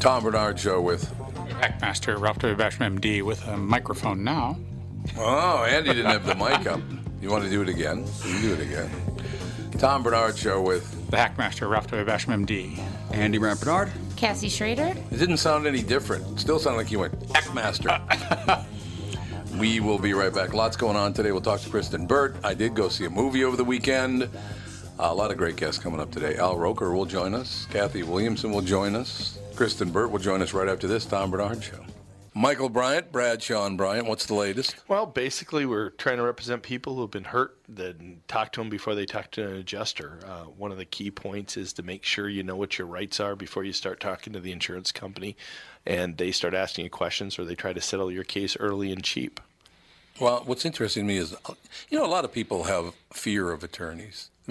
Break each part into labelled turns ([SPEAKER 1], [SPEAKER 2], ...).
[SPEAKER 1] Tom Bernard Show with.
[SPEAKER 2] Backmaster Ralph W. Basham, MD, with a microphone now.
[SPEAKER 1] Oh, Andy didn't have the mic up. You want to do it again? You can do it again. Tom Bernard Show with.
[SPEAKER 2] The Hackmaster Ralph W. Basham, MD.
[SPEAKER 3] Andy Rampernard.
[SPEAKER 4] Cassie Schrader.
[SPEAKER 1] It didn't sound any different. It still sounded like you went Hackmaster. we will be right back. Lots going on today. We'll talk to Kristen Burt. I did go see a movie over the weekend. a lot of great guests coming up today. Al Roker will join us. Kathy Williamson will join us. Kristen Burt will join us right after this Tom Bernard Show. Michael Bryant, Brad Sean Bryant, what's the latest?
[SPEAKER 5] Well, basically, we're trying to represent people who have been hurt, then talk to them before they talk to an adjuster. Uh, one of the key points is to make sure you know what your rights are before you start talking to the insurance company and they start asking you questions or they try to settle your case early and cheap.
[SPEAKER 1] Well, what's interesting to me is, you know, a lot of people have fear of attorneys. It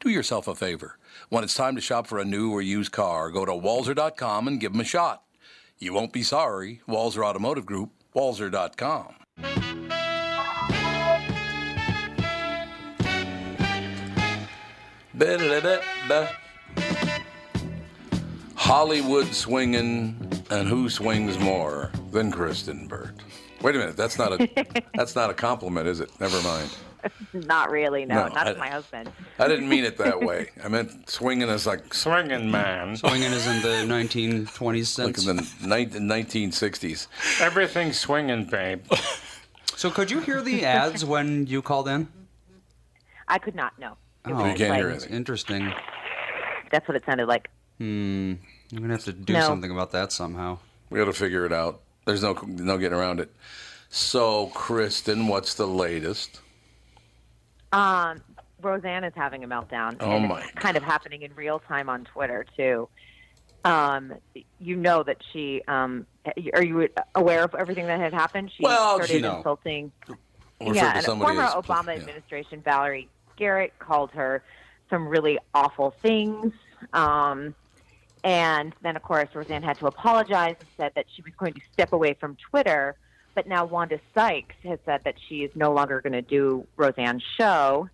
[SPEAKER 1] Do yourself a favor. When it's time to shop for a new or used car, go to walzer.com and give them a shot. You won't be sorry. Walzer Automotive Group, walzer.com. Ba-da-da-da-da. Hollywood swinging, and who swings more than Kristen Burt? Wait a minute, that's not a that's not a compliment, is it? Never mind.
[SPEAKER 6] Not really, no.
[SPEAKER 1] No,
[SPEAKER 6] not
[SPEAKER 1] I-
[SPEAKER 6] to my husband.
[SPEAKER 1] I didn't mean it that way. I meant swinging is like swinging man,
[SPEAKER 3] Swinging is in the 1920s
[SPEAKER 1] like
[SPEAKER 3] sense.
[SPEAKER 1] in the nineteen sixties.
[SPEAKER 2] Everything's swinging, babe.
[SPEAKER 3] so could you hear the ads when you called in?
[SPEAKER 6] I could not know.
[SPEAKER 1] You can't hear
[SPEAKER 3] That's
[SPEAKER 1] anything.
[SPEAKER 3] Oh. interesting.
[SPEAKER 6] That's what it sounded like.
[SPEAKER 3] hmm, I'm gonna have to do
[SPEAKER 6] No.
[SPEAKER 3] something about that somehow.
[SPEAKER 1] We got to figure it out. There's no no getting around it. So, Kristen, what's the latest?
[SPEAKER 6] Um, Roseanne is having a meltdown.
[SPEAKER 1] Oh,
[SPEAKER 6] and
[SPEAKER 1] my
[SPEAKER 6] It's kind of happening in real time on Twitter too. Um, you know that she. Um, are you aware of everything that had happened? She
[SPEAKER 1] Well,
[SPEAKER 6] started
[SPEAKER 1] she-
[SPEAKER 3] No.
[SPEAKER 6] insulting.
[SPEAKER 1] Refer
[SPEAKER 6] yeah,
[SPEAKER 1] to
[SPEAKER 6] and
[SPEAKER 1] somebody
[SPEAKER 6] former
[SPEAKER 1] as-
[SPEAKER 6] Obama
[SPEAKER 1] yeah.
[SPEAKER 6] administration Valerie Garrett called her some really awful things. Um, and then, of course, Roseanne had to apologize and said that she was going to step away from Twitter But now Wanda Sykes has said that she is no longer going to do Roseanne's show.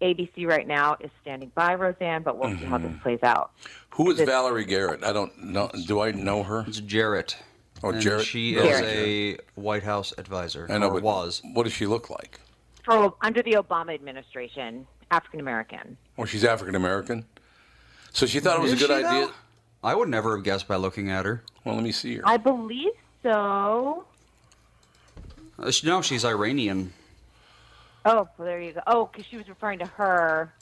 [SPEAKER 6] ABC right now is standing by Roseanne, but we'll see how
[SPEAKER 1] Mm-hmm.
[SPEAKER 6] this plays out.
[SPEAKER 1] Who is Valerie Garrett? I don't know. Do I know her?
[SPEAKER 3] It's Jarrett.
[SPEAKER 1] Oh,
[SPEAKER 3] and
[SPEAKER 1] Jarrett.
[SPEAKER 3] She
[SPEAKER 1] Rose
[SPEAKER 3] is
[SPEAKER 1] Jarrett.
[SPEAKER 3] a White House advisor.
[SPEAKER 1] I know,
[SPEAKER 3] or
[SPEAKER 1] but
[SPEAKER 3] was.
[SPEAKER 1] What does she look like?
[SPEAKER 6] For under the Obama administration, African American.
[SPEAKER 1] Well, Oh, she's African American. So she thought it was
[SPEAKER 3] Is
[SPEAKER 1] a good
[SPEAKER 3] she,
[SPEAKER 1] idea.
[SPEAKER 3] though? I would never have guessed by looking at her.
[SPEAKER 1] Well, let me see her.
[SPEAKER 6] I believe so.
[SPEAKER 3] Uh, she- no, she's Iranian.
[SPEAKER 6] Oh, well, there you go. Oh, because she was referring to her,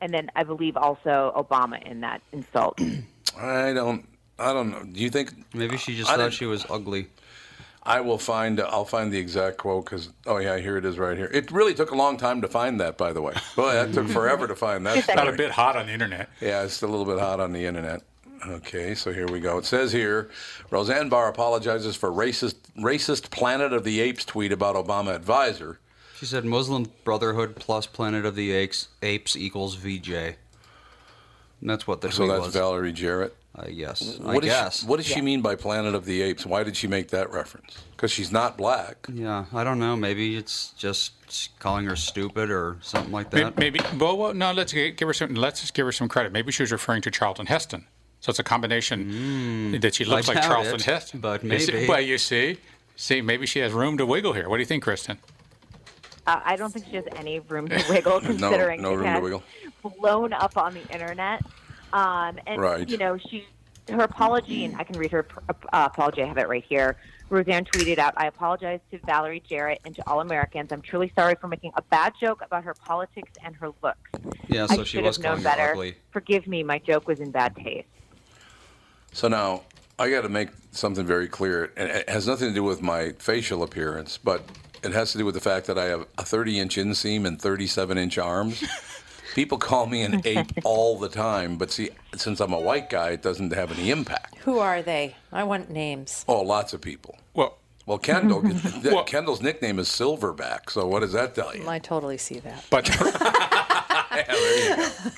[SPEAKER 6] and then I believe also Obama in that insult.
[SPEAKER 1] I don't. I don't know. Do you think
[SPEAKER 3] Maybe she just
[SPEAKER 1] I
[SPEAKER 3] thought
[SPEAKER 1] didn't-
[SPEAKER 3] she was ugly.
[SPEAKER 1] I will find? I'll find the exact quote because oh yeah, here it is right here. It really took a long time to find that, by the way. Boy, that took forever to find that.
[SPEAKER 2] Got a
[SPEAKER 1] story.
[SPEAKER 2] bit hot on the internet.
[SPEAKER 1] Yeah, it's a little bit hot on the internet. Okay, so here we go. It says here, Roseanne Barr apologizes for racist racist Planet of the Apes tweet about Obama advisor.
[SPEAKER 3] She said Muslim Brotherhood plus Planet of the Apes, apes equals VJ. And that's what the
[SPEAKER 1] So
[SPEAKER 3] tweet
[SPEAKER 1] that's
[SPEAKER 3] was.
[SPEAKER 1] Valerie Jarrett.
[SPEAKER 3] I guess. I
[SPEAKER 1] What is
[SPEAKER 3] guess.
[SPEAKER 1] She, what does she mean by Planet of the Apes? Why did she make that reference? Because she's not black.
[SPEAKER 3] Yeah, I don't know. Maybe it's just calling her stupid or something like
[SPEAKER 2] May-
[SPEAKER 3] that.
[SPEAKER 2] Maybe. Well, well, no. Let's gi- give her some. Let's just give her some credit. Maybe she was referring to Charlton Heston. So it's a combination that she looks
[SPEAKER 3] I
[SPEAKER 2] like
[SPEAKER 3] doubt
[SPEAKER 2] Charlton
[SPEAKER 3] Mm. it,
[SPEAKER 2] Heston.
[SPEAKER 3] but
[SPEAKER 2] You see-
[SPEAKER 3] maybe.
[SPEAKER 2] well, you see, see, maybe she has room to wiggle here. What do you think, Kristen?
[SPEAKER 6] Uh, I don't think she has any room to wiggle, considering
[SPEAKER 1] no
[SPEAKER 6] it
[SPEAKER 1] room to
[SPEAKER 6] has
[SPEAKER 1] wiggle.
[SPEAKER 6] blown up on the internet. Um, and
[SPEAKER 1] Right.
[SPEAKER 6] you know, she her apology, and I can read her uh, apology. I have it right here. Roseanne tweeted out, "I apologize to Valerie Jarrett and to all Americans. I'm truly sorry for making a bad joke about her politics and her looks.
[SPEAKER 3] yeah,
[SPEAKER 6] I
[SPEAKER 3] so she
[SPEAKER 6] should
[SPEAKER 3] was
[SPEAKER 6] have known
[SPEAKER 3] calling her
[SPEAKER 6] better.
[SPEAKER 3] ugly.
[SPEAKER 6] Forgive me, my joke was in bad taste."
[SPEAKER 1] So now I got to make something very clear. And it has nothing to do with my facial appearance, but it has to do with the fact that I have a 30 inch inseam and 37 inch arms. People call me an ape all the time, but see, since I'm a white guy, it doesn't have any impact.
[SPEAKER 4] Who are they? I want names.
[SPEAKER 1] Oh, lots of people.
[SPEAKER 2] Well,
[SPEAKER 1] Well, Kendall, Kendall's nickname is Silverback. So what does that
[SPEAKER 3] Oh,
[SPEAKER 1] tell you?
[SPEAKER 4] I totally see that.
[SPEAKER 2] but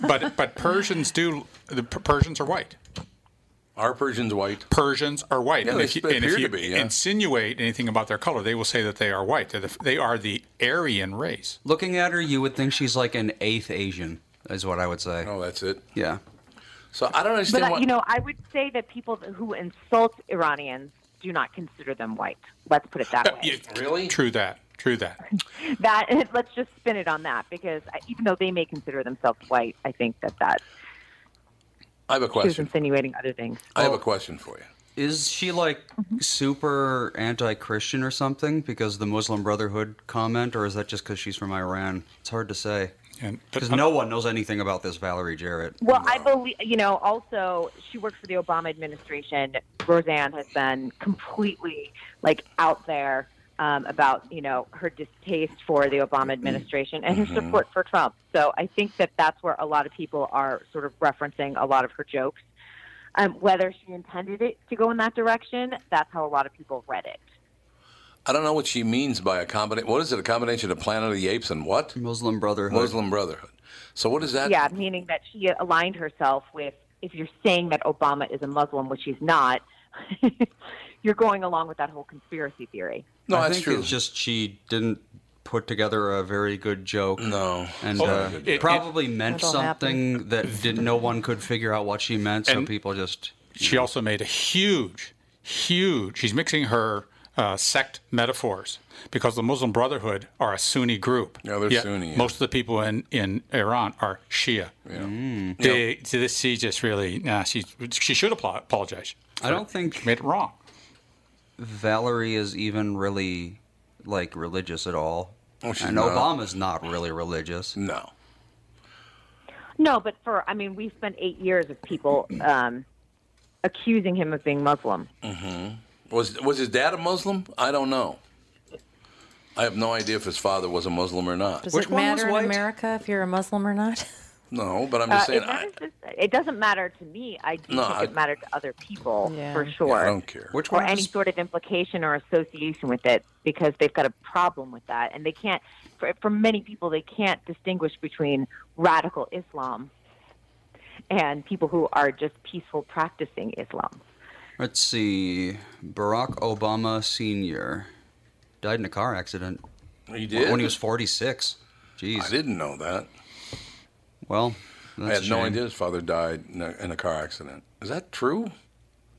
[SPEAKER 2] but but Persians do. The Per- Persians are white.
[SPEAKER 1] Our Persian's white.
[SPEAKER 2] Persians are white.
[SPEAKER 1] Yeah,
[SPEAKER 2] and
[SPEAKER 1] they
[SPEAKER 2] if you,
[SPEAKER 1] appear
[SPEAKER 2] and if
[SPEAKER 1] to
[SPEAKER 2] you
[SPEAKER 1] be, yeah.
[SPEAKER 2] insinuate anything about their color, they will say that they are white. They're the, they are the Aryan race.
[SPEAKER 3] Looking at her, you would think she's like an eighth Asian, is what I would say.
[SPEAKER 1] Oh, that's it.
[SPEAKER 3] Yeah.
[SPEAKER 1] So I don't
[SPEAKER 6] But
[SPEAKER 1] understand
[SPEAKER 6] uh,
[SPEAKER 1] why.
[SPEAKER 6] you know, I would say that people who insult Iranians do not consider them white. Let's put it that way.
[SPEAKER 2] Yeah,
[SPEAKER 1] Really?
[SPEAKER 2] True that. True that.
[SPEAKER 6] that let's just spin it on that because I- even though they may consider themselves white, I think that that
[SPEAKER 1] I have a
[SPEAKER 6] she was
[SPEAKER 1] question.
[SPEAKER 6] insinuating other things.
[SPEAKER 1] I
[SPEAKER 2] Oh.
[SPEAKER 1] have a question for you.
[SPEAKER 3] Is she like
[SPEAKER 6] Mm-hmm.
[SPEAKER 3] super anti Christian or something because the Muslim Brotherhood comment, or is that just because she's from Iran? It's hard to say.
[SPEAKER 2] And- uh, but-
[SPEAKER 3] Because no one knows anything about this Valerie Jarrett.
[SPEAKER 6] Well, I believe you know. Also, she works for the Obama administration. Roseanne has been completely like out there um, about you know her distaste for the Obama administration and her support for Trump. So I think that that's where a lot of people are sort of referencing a lot of her jokes. Um, whether she intended it to go in that direction, that's how a lot of people read it.
[SPEAKER 1] I don't know what she means by a combination. What is it? A combination of Planet of the Apes and what?
[SPEAKER 3] Muslim Brotherhood.
[SPEAKER 1] Muslim Brotherhood. So what is that?
[SPEAKER 6] Yeah, meaning that she aligned herself with if you're saying that Obama is a Muslim, which he's not, you're going along with that whole conspiracy theory.
[SPEAKER 1] No,
[SPEAKER 3] I
[SPEAKER 1] that's
[SPEAKER 3] think
[SPEAKER 1] true.
[SPEAKER 3] it's just she didn't put together a very good joke.
[SPEAKER 1] no.
[SPEAKER 3] And
[SPEAKER 2] Oh,
[SPEAKER 3] uh,
[SPEAKER 2] it-
[SPEAKER 3] probably meant
[SPEAKER 4] That'll
[SPEAKER 3] something that did, no one could figure out what she meant, so
[SPEAKER 2] And-
[SPEAKER 3] people just.
[SPEAKER 2] She also made a huge, huge. She's mixing her uh, sect metaphors because the Muslim Brotherhood are a Sunni group.
[SPEAKER 1] Yeah, they're
[SPEAKER 2] Yet
[SPEAKER 1] Sunni, yeah.
[SPEAKER 2] Most of the people in, in Iran are Shia. Yeah.
[SPEAKER 3] Mm.
[SPEAKER 2] They, so this she just really nah. She she should apl- apologize.
[SPEAKER 3] I don't think
[SPEAKER 2] Made it wrong.
[SPEAKER 3] Valerie is even really like religious at all.
[SPEAKER 1] Oh, she's
[SPEAKER 3] and
[SPEAKER 1] not.
[SPEAKER 3] Obama's not really religious.
[SPEAKER 1] No.
[SPEAKER 6] No, but for, I mean, we spent eight years of people um, accusing him of being Muslim.
[SPEAKER 1] Mm-hmm. Was was his dad a Muslim? I don't know. I have no idea if his father was a Muslim or not.
[SPEAKER 4] Does
[SPEAKER 3] Which
[SPEAKER 4] it
[SPEAKER 3] one was
[SPEAKER 4] matter in
[SPEAKER 3] white?
[SPEAKER 4] America if you're a Muslim or not?
[SPEAKER 1] No, but I'm
[SPEAKER 6] Uh,
[SPEAKER 1] just saying
[SPEAKER 6] it,
[SPEAKER 1] I,
[SPEAKER 6] matters to- it doesn't matter to me. I do
[SPEAKER 1] No,
[SPEAKER 6] think
[SPEAKER 1] I-
[SPEAKER 6] it mattered to other people
[SPEAKER 4] Yeah.
[SPEAKER 6] for
[SPEAKER 1] I
[SPEAKER 6] sure.
[SPEAKER 1] don't care.
[SPEAKER 3] Which
[SPEAKER 6] or
[SPEAKER 3] one?
[SPEAKER 6] any
[SPEAKER 3] was-
[SPEAKER 6] sort of implication or association with it because they've got a problem with that and they can't for, for many people they can't distinguish between radical islam and people who are just peaceful practicing islam
[SPEAKER 3] Let's see. Barack Obama Sr. died in a car accident
[SPEAKER 1] He did.
[SPEAKER 3] when he was 46.
[SPEAKER 1] I
[SPEAKER 3] Jeez.
[SPEAKER 1] didn't know that.
[SPEAKER 3] Well, that's
[SPEAKER 1] I had
[SPEAKER 3] a
[SPEAKER 1] no
[SPEAKER 3] shame.
[SPEAKER 1] idea his father died in a, in a car accident. Is that true?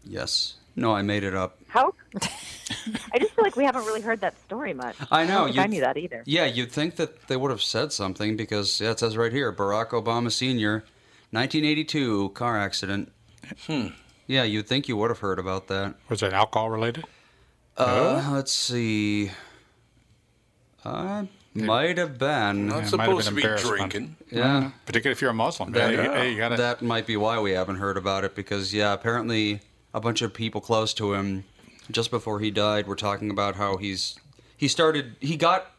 [SPEAKER 3] Yes. No, I made it up.
[SPEAKER 6] How? I just feel like we haven't really heard that story much.
[SPEAKER 3] I know,
[SPEAKER 6] don't think
[SPEAKER 3] you-
[SPEAKER 6] I knew that either.
[SPEAKER 3] Yeah, you'd think that they would have said something because yeah, it says right here Barack Obama Sr., 1982 car accident. Yeah, you'd think you would have heard about that.
[SPEAKER 2] Hmm. Was it alcohol related?
[SPEAKER 3] Uh, let's see. I might have been.
[SPEAKER 1] Not
[SPEAKER 3] Yeah,
[SPEAKER 2] might have
[SPEAKER 1] supposed
[SPEAKER 2] been
[SPEAKER 1] to be
[SPEAKER 2] embarrassed by-
[SPEAKER 1] drinking.
[SPEAKER 2] Particularly if you're a Muslim.
[SPEAKER 3] That,
[SPEAKER 2] Hey, hey, you gotta,
[SPEAKER 3] that might be why we haven't heard about it because yeah, apparently a bunch of people close to him just before he died were talking about how he's he started he got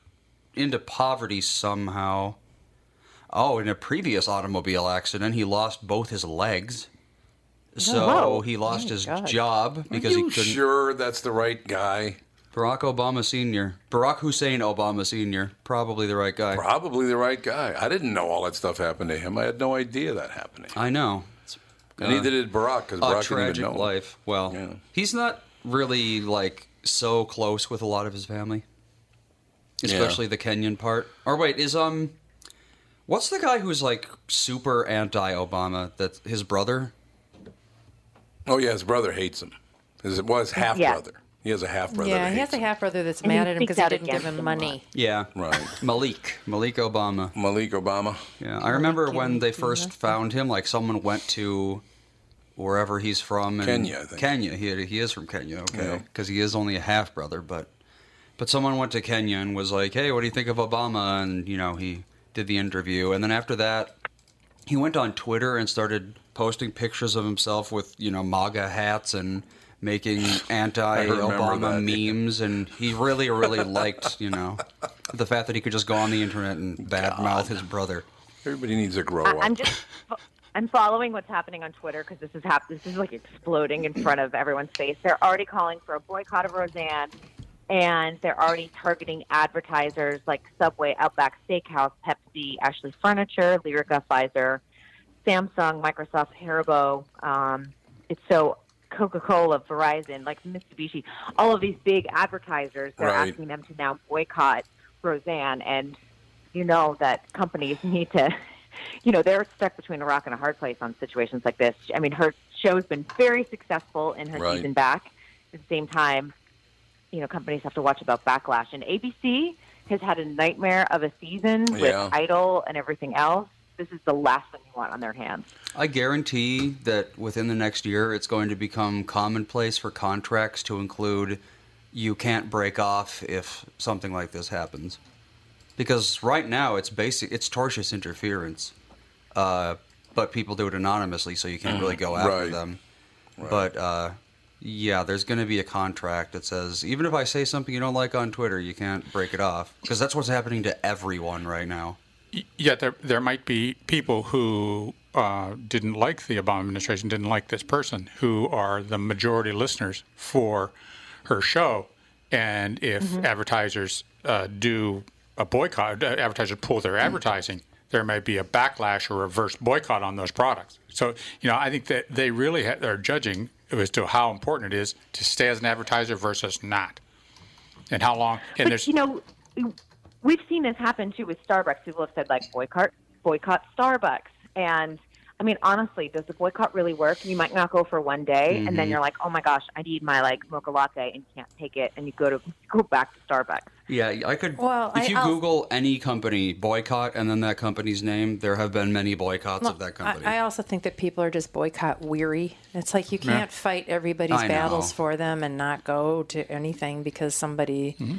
[SPEAKER 3] into poverty somehow. Oh, in a previous automobile accident, he lost both his legs.
[SPEAKER 1] Oh,
[SPEAKER 3] So
[SPEAKER 6] Whoa.
[SPEAKER 3] he lost
[SPEAKER 4] My
[SPEAKER 3] his
[SPEAKER 4] God.
[SPEAKER 3] job because
[SPEAKER 1] Are you
[SPEAKER 3] he couldn't.
[SPEAKER 1] sure that's the right guy?
[SPEAKER 3] Barack Obama Sr. Barack Hussein Obama Sr. Probably the right guy.
[SPEAKER 1] Probably the right guy. I didn't know all that stuff happened to him. I had no idea that happened. To him.
[SPEAKER 3] I know. Uh, It's
[SPEAKER 1] Neither did Barack because
[SPEAKER 3] a
[SPEAKER 1] Barack didn't even
[SPEAKER 3] tragic
[SPEAKER 1] know. him.
[SPEAKER 3] life. Well,
[SPEAKER 1] Yeah.
[SPEAKER 3] he's not really like so close with a lot of his family, especially the Kenyan part. Or wait, is um, what's the guy who's like super anti-Obama? That's his brother.
[SPEAKER 1] Oh yeah, his brother hates him. His well, his half brother. He has a half brother.
[SPEAKER 4] yeah,
[SPEAKER 1] that
[SPEAKER 4] he has a
[SPEAKER 1] hates
[SPEAKER 4] half brother that's
[SPEAKER 6] And he
[SPEAKER 4] mad at him because
[SPEAKER 6] speaks
[SPEAKER 4] he
[SPEAKER 6] out
[SPEAKER 4] didn't give
[SPEAKER 6] against
[SPEAKER 4] him
[SPEAKER 6] him a
[SPEAKER 4] money.
[SPEAKER 3] Yeah,
[SPEAKER 1] him. Right.
[SPEAKER 3] Malik, Malik Obama.
[SPEAKER 1] Malik Obama.
[SPEAKER 3] Yeah, I remember when they first found him. Like someone went to wherever he's from. And
[SPEAKER 1] Kenya, I think.
[SPEAKER 3] Kenya. He he is from Kenya. Okay,
[SPEAKER 1] Yeah.
[SPEAKER 3] because he is only a half brother, but but someone went to Kenya and was like, "Hey, what do you think of Obama?" And you know, he did the interview, and then after that, he went on Twitter and started posting pictures of himself with you know MAGA hats and making anti-Obama
[SPEAKER 1] that, yeah.
[SPEAKER 3] memes, and he really really liked you know the fact that he could just go on the internet and badmouth his brother.
[SPEAKER 1] Everybody needs to grow
[SPEAKER 6] I,
[SPEAKER 1] up.
[SPEAKER 6] I'm just I'm following what's happening on Twitter because this is hap- this is like exploding in front of everyone's face. They're already calling for a boycott of Roseanne, and they're already targeting advertisers like Subway, Outback Steakhouse, Pepsi, Ashley Furniture, Lyrica, Pfizer, Samsung, Microsoft, Haribo. Um, it's so. Coca-Cola, Verizon, like Mitsubishi, all of these big advertisers, they're
[SPEAKER 1] Right.
[SPEAKER 6] asking them to now boycott Roseanne and you know that companies need to, you know, they're stuck between a rock and a hard place on situations like this. I mean, her show's been very successful in her
[SPEAKER 1] Right.
[SPEAKER 6] season back. At the same time, you know, companies have to watch about backlash. And ABC has had a nightmare of a season
[SPEAKER 1] Yeah.
[SPEAKER 6] with Idol and everything else. This is the last thing you want on their hands.
[SPEAKER 3] I guarantee that within the next year, it's going to become commonplace for contracts to include you can't break off if something like this happens. Because right now, it's basic, it's tortious interference. Uh, but people do it anonymously, so you can't really go after
[SPEAKER 1] Mm-hmm. Right.
[SPEAKER 3] them. But uh, yeah, there's going to be a contract that says even if I say something you don't like on Twitter, you can't break it off. Because that's what's happening to everyone right now.
[SPEAKER 2] yeah, there, there might be people who uh, didn't like the Obama administration, didn't like this person, who are the majority listeners for her show. And if
[SPEAKER 6] Mm-hmm.
[SPEAKER 2] advertisers uh, do a boycott, uh, advertisers pull
[SPEAKER 6] Mm.
[SPEAKER 2] their advertising, there may be a backlash or reverse boycott on those products. So, you know, I think that they really ha- are judging as to how important it is to stay as an advertiser versus not. And how long? And
[SPEAKER 6] but you know, we've seen this happen too with Starbucks. People have said like boycott, boycott Starbucks, and I mean honestly, does the boycott really work? You might not go for one day, and then you're like, oh my gosh, I need my like mocha latte, and you can't take it, and you go to go back to Starbucks.
[SPEAKER 3] Yeah, I could.
[SPEAKER 4] Well,
[SPEAKER 3] if
[SPEAKER 4] I-
[SPEAKER 3] you
[SPEAKER 4] I'll-
[SPEAKER 3] Google any company boycott and then that company's name, there have been many boycotts of that
[SPEAKER 4] I,
[SPEAKER 3] company.
[SPEAKER 4] I also think that people are just boycott weary. It's like you can't fight everybody's
[SPEAKER 3] I know.
[SPEAKER 4] battles for them and not go to anything because somebody,
[SPEAKER 3] Mm-hmm.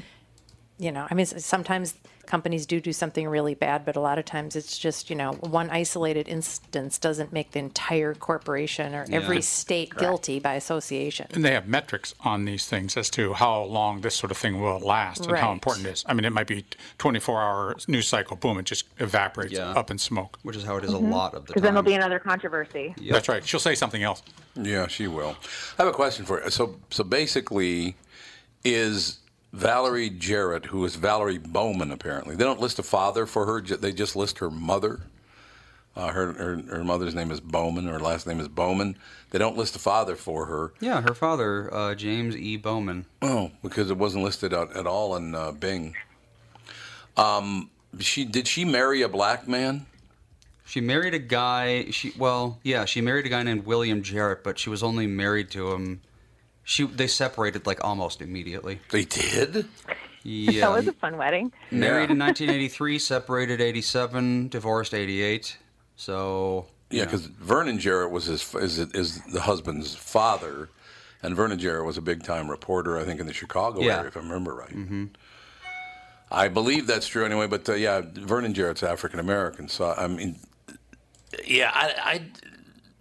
[SPEAKER 4] you know, I mean, s- sometimes companies do do something really bad, but a lot of times it's just, you know, one isolated instance doesn't make the entire corporation or every state guilty by association.
[SPEAKER 2] And they have metrics on these things as to how long this sort of thing will last and how
[SPEAKER 4] Right.
[SPEAKER 2] important it is. I mean, it might be 24 hour news cycle, boom, it just evaporates
[SPEAKER 3] Yeah.
[SPEAKER 2] up in smoke.
[SPEAKER 3] which is how it is
[SPEAKER 4] Mm-hmm.
[SPEAKER 3] a lot of the time.
[SPEAKER 6] Because then there'll be another controversy.
[SPEAKER 2] That's right. She'll say something else.
[SPEAKER 1] Yeah, she will. I have a question for you. So, so basically, is Valerie Jarrett, who is Valerie Bowman, apparently they don't list a father for her; ju- they just list her mother. Uh, her, her her mother's name is Bowman. Her last name is Bowman. They don't list the father for her.
[SPEAKER 3] Yeah, her father, uh, James E. Bowman.
[SPEAKER 1] Oh, because it wasn't listed at, at all in uh, Bing. Um, she did she marry a black man?
[SPEAKER 3] She married a guy. She well, yeah, she married a guy named William Jarrett, but she was only married to him. She they separated like almost immediately.
[SPEAKER 1] They did.
[SPEAKER 3] Yeah,
[SPEAKER 6] That was a fun wedding.
[SPEAKER 3] married in 1983, separated 87, divorced 88. So
[SPEAKER 1] Yeah, because Vernon Jarrett was his is is the husband's father, and Vernon Jarrett was a big time reporter, I think, in the Chicago
[SPEAKER 3] Yeah.
[SPEAKER 1] area, if I remember right. Mm-hmm. I believe that's true anyway. But uh, yeah, Vernon Jarrett's African American, so I mean, yeah, I, I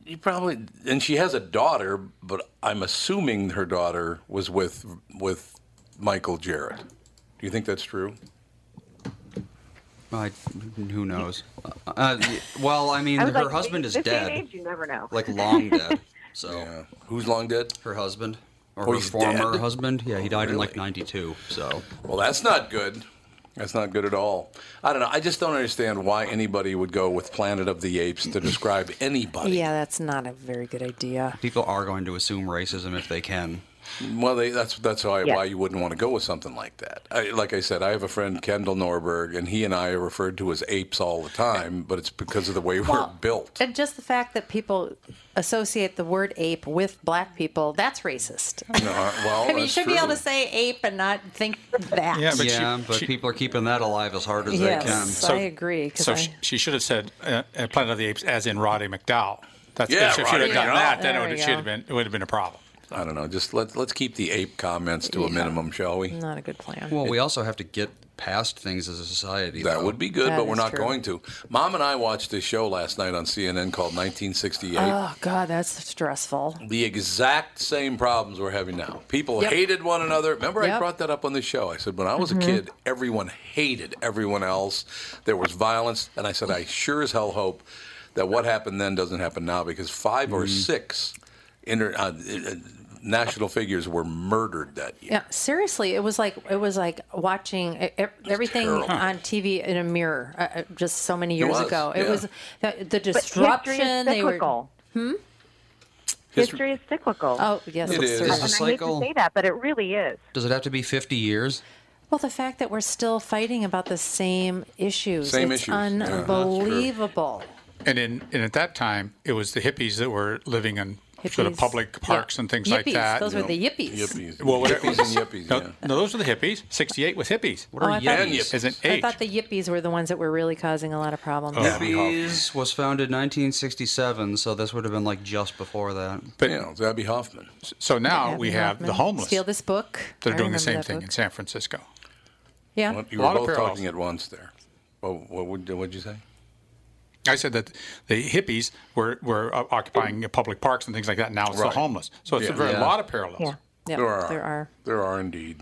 [SPEAKER 1] you probably and she has a daughter, but I'm assuming her daughter was with with Michael Jarrett. Do you think that's true?
[SPEAKER 3] I, who knows? Uh, y- well, I mean,
[SPEAKER 6] I
[SPEAKER 3] her
[SPEAKER 6] was like,
[SPEAKER 3] husband
[SPEAKER 6] this this
[SPEAKER 3] is
[SPEAKER 6] day and
[SPEAKER 3] dead,
[SPEAKER 6] Age, you never know.
[SPEAKER 3] like long dead. So
[SPEAKER 1] Yeah. Who's long dead?
[SPEAKER 3] her husband, or
[SPEAKER 1] Oh,
[SPEAKER 3] her
[SPEAKER 1] he's
[SPEAKER 3] former
[SPEAKER 1] dead?
[SPEAKER 3] husband, yeah, he died in like
[SPEAKER 1] really?
[SPEAKER 3] 92. So
[SPEAKER 1] Well, that's not good. That's not good at all. I don't know. I just don't understand why anybody would go with Planet of the Apes to describe anybody.
[SPEAKER 4] Yeah, that's not a very good idea.
[SPEAKER 3] people are going to assume racism if they can.
[SPEAKER 1] Well, they, that's that's why
[SPEAKER 6] Yeah.
[SPEAKER 1] why you wouldn't want to go with something like that. I, like I said, I have a friend Kendall Norberg, and he and I are referred to as apes all the time, but it's because of the way we're built.
[SPEAKER 4] And just the fact that people associate the word ape with black people, that's racist.
[SPEAKER 1] No, uh, well,
[SPEAKER 4] I mean, you
[SPEAKER 1] that's
[SPEAKER 4] should be able
[SPEAKER 1] true.
[SPEAKER 4] to say ape and not think that.
[SPEAKER 2] Yeah, But she-
[SPEAKER 3] yeah, but
[SPEAKER 2] she-
[SPEAKER 3] people are keeping that alive as hard as
[SPEAKER 4] Yes.
[SPEAKER 3] they can.
[SPEAKER 4] So- I agree, 'cause
[SPEAKER 2] So
[SPEAKER 4] I-
[SPEAKER 2] she, she should have said uh, uh, Planet of the Apes, as in Roddy McDowell. That's
[SPEAKER 1] Yeah,
[SPEAKER 2] if she would
[SPEAKER 1] Roddy
[SPEAKER 2] have done
[SPEAKER 1] McDowell.
[SPEAKER 2] that,
[SPEAKER 4] There
[SPEAKER 2] then it
[SPEAKER 4] we
[SPEAKER 2] would,
[SPEAKER 4] go.
[SPEAKER 2] she'd have been it would have been a problem.
[SPEAKER 1] I don't know. Just let let's keep the ape comments to a minimum, shall we?
[SPEAKER 4] Not a good plan.
[SPEAKER 3] Well, we also have to get past things as a society.
[SPEAKER 1] That
[SPEAKER 3] though.
[SPEAKER 1] would be good,
[SPEAKER 4] That
[SPEAKER 1] but we're
[SPEAKER 4] is
[SPEAKER 1] not
[SPEAKER 4] true.
[SPEAKER 1] going to. Mom and I watched a show last night on CNN called 1968.
[SPEAKER 4] oh, God, that's stressful.
[SPEAKER 1] the exact same problems we're having now. People
[SPEAKER 4] Yep.
[SPEAKER 1] hated one another. Remember, I
[SPEAKER 4] Yep. Mm-hmm.
[SPEAKER 1] brought that up on the show. I said, when I was a kid, everyone hated everyone else. There was violence. And I said, I sure as hell hope that what happened then doesn't happen now because 5
[SPEAKER 4] Mm-hmm.
[SPEAKER 1] or six inter- uh, uh, national figures were murdered that year.
[SPEAKER 4] Yeah, seriously, it was like it was like watching e- e- everything
[SPEAKER 1] terrible.
[SPEAKER 4] on TV in a mirror uh, uh, just so many years
[SPEAKER 1] was,
[SPEAKER 4] ago.
[SPEAKER 1] yeah.
[SPEAKER 4] It was the, the
[SPEAKER 6] But history is
[SPEAKER 4] disruption. They were Hmm?
[SPEAKER 6] cyclical. History is cyclical.
[SPEAKER 4] oh yes,
[SPEAKER 1] It
[SPEAKER 4] it's
[SPEAKER 1] is.
[SPEAKER 4] true.
[SPEAKER 3] This
[SPEAKER 6] and
[SPEAKER 3] is-
[SPEAKER 6] I hate
[SPEAKER 3] cycle.
[SPEAKER 6] to say that, but it really is.
[SPEAKER 3] Does it have to be 50 years?
[SPEAKER 4] well the fact that we're still fighting about the same issues.
[SPEAKER 1] Same
[SPEAKER 4] it's
[SPEAKER 1] issues, yeah. That's true.
[SPEAKER 4] unbelievable.
[SPEAKER 2] And in and at that time, it was the hippies that were living in sort of
[SPEAKER 4] Hippies.
[SPEAKER 2] public
[SPEAKER 4] Yeah.
[SPEAKER 2] parks and things like
[SPEAKER 4] Yippies.
[SPEAKER 2] that.
[SPEAKER 4] Those were the yippies.
[SPEAKER 1] Yippies.
[SPEAKER 2] Well, what-
[SPEAKER 1] yippies and yippies.
[SPEAKER 2] no,
[SPEAKER 1] yeah.
[SPEAKER 2] no, those were the hippies. Sixty-eight was hippies.
[SPEAKER 3] What are
[SPEAKER 4] Oh, I thought-
[SPEAKER 3] Yetis?
[SPEAKER 2] As an
[SPEAKER 4] I
[SPEAKER 2] age,
[SPEAKER 4] thought the yippies were the ones that were really causing a lot of
[SPEAKER 1] Oh,
[SPEAKER 4] problems.
[SPEAKER 2] Oh,
[SPEAKER 3] Hippies was founded 1967, so this would have been like just before that.
[SPEAKER 2] but
[SPEAKER 1] Yeah, Zabby Hoffman.
[SPEAKER 2] so now
[SPEAKER 4] Abby
[SPEAKER 2] we have
[SPEAKER 4] Hoffman.
[SPEAKER 2] the homeless.
[SPEAKER 4] Steal this book.
[SPEAKER 2] They're
[SPEAKER 4] I
[SPEAKER 2] doing
[SPEAKER 4] remember
[SPEAKER 2] the same
[SPEAKER 4] that
[SPEAKER 2] thing
[SPEAKER 4] book.
[SPEAKER 2] in San Francisco.
[SPEAKER 4] Yeah.
[SPEAKER 1] What- You
[SPEAKER 2] A
[SPEAKER 1] were
[SPEAKER 2] lot of
[SPEAKER 1] both
[SPEAKER 2] parallels.
[SPEAKER 1] talking at once there. What, what would what'd you say?
[SPEAKER 2] I said that the hippies were were uh, occupying public parks and things like that. Now it's
[SPEAKER 1] Right.
[SPEAKER 2] the homeless. So it's
[SPEAKER 1] Yeah.
[SPEAKER 2] a very
[SPEAKER 3] Yeah.
[SPEAKER 2] lot of parallels.
[SPEAKER 4] Yeah. Yeah.
[SPEAKER 1] There are.
[SPEAKER 4] There are.
[SPEAKER 1] There are indeed.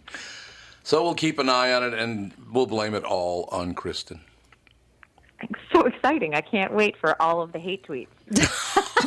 [SPEAKER 1] So we'll keep an eye on it, and we'll blame it all on Kristen.
[SPEAKER 6] It's so exciting. I can't wait for all of the hate tweets.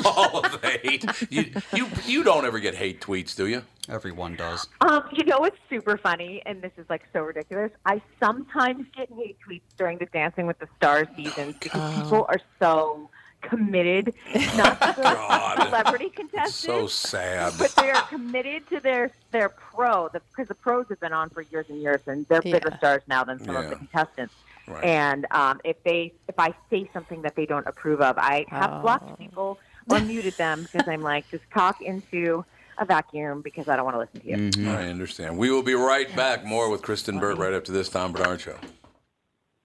[SPEAKER 1] All of the hate. You, you, you don't ever get hate tweets, do you?
[SPEAKER 3] Everyone does.
[SPEAKER 6] Um, you know what's super funny, and this is like so ridiculous. I sometimes get hate tweets during the Dancing with the Stars seasons because people are so committed, not to the celebrity contestants,
[SPEAKER 1] So sad.
[SPEAKER 6] but they are committed to their their pro. Because the, pros have been on for years and years, and they're bigger
[SPEAKER 4] Yeah.
[SPEAKER 6] stars now than some
[SPEAKER 1] Yeah.
[SPEAKER 6] of the contestants.
[SPEAKER 1] Right.
[SPEAKER 6] And um, if they if I say something that they don't approve of, I have blocked people or muted them because I'm like just talk into a vacuum because I don't want to listen to you.
[SPEAKER 1] I understand. We will be right back. More with Kristen Burt right after this Tom Bernard Show.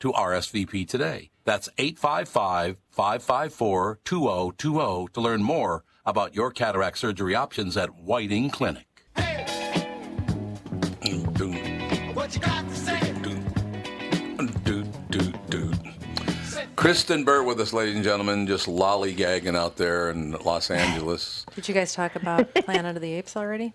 [SPEAKER 1] to RSVP today. That's 855 554 2020 to learn more about your cataract surgery options at Whiting Clinic. Mm, Kristen Burt with us, ladies and gentlemen, just lollygagging out there in Los Angeles.
[SPEAKER 4] Did you guys talk about Planet of the Apes already?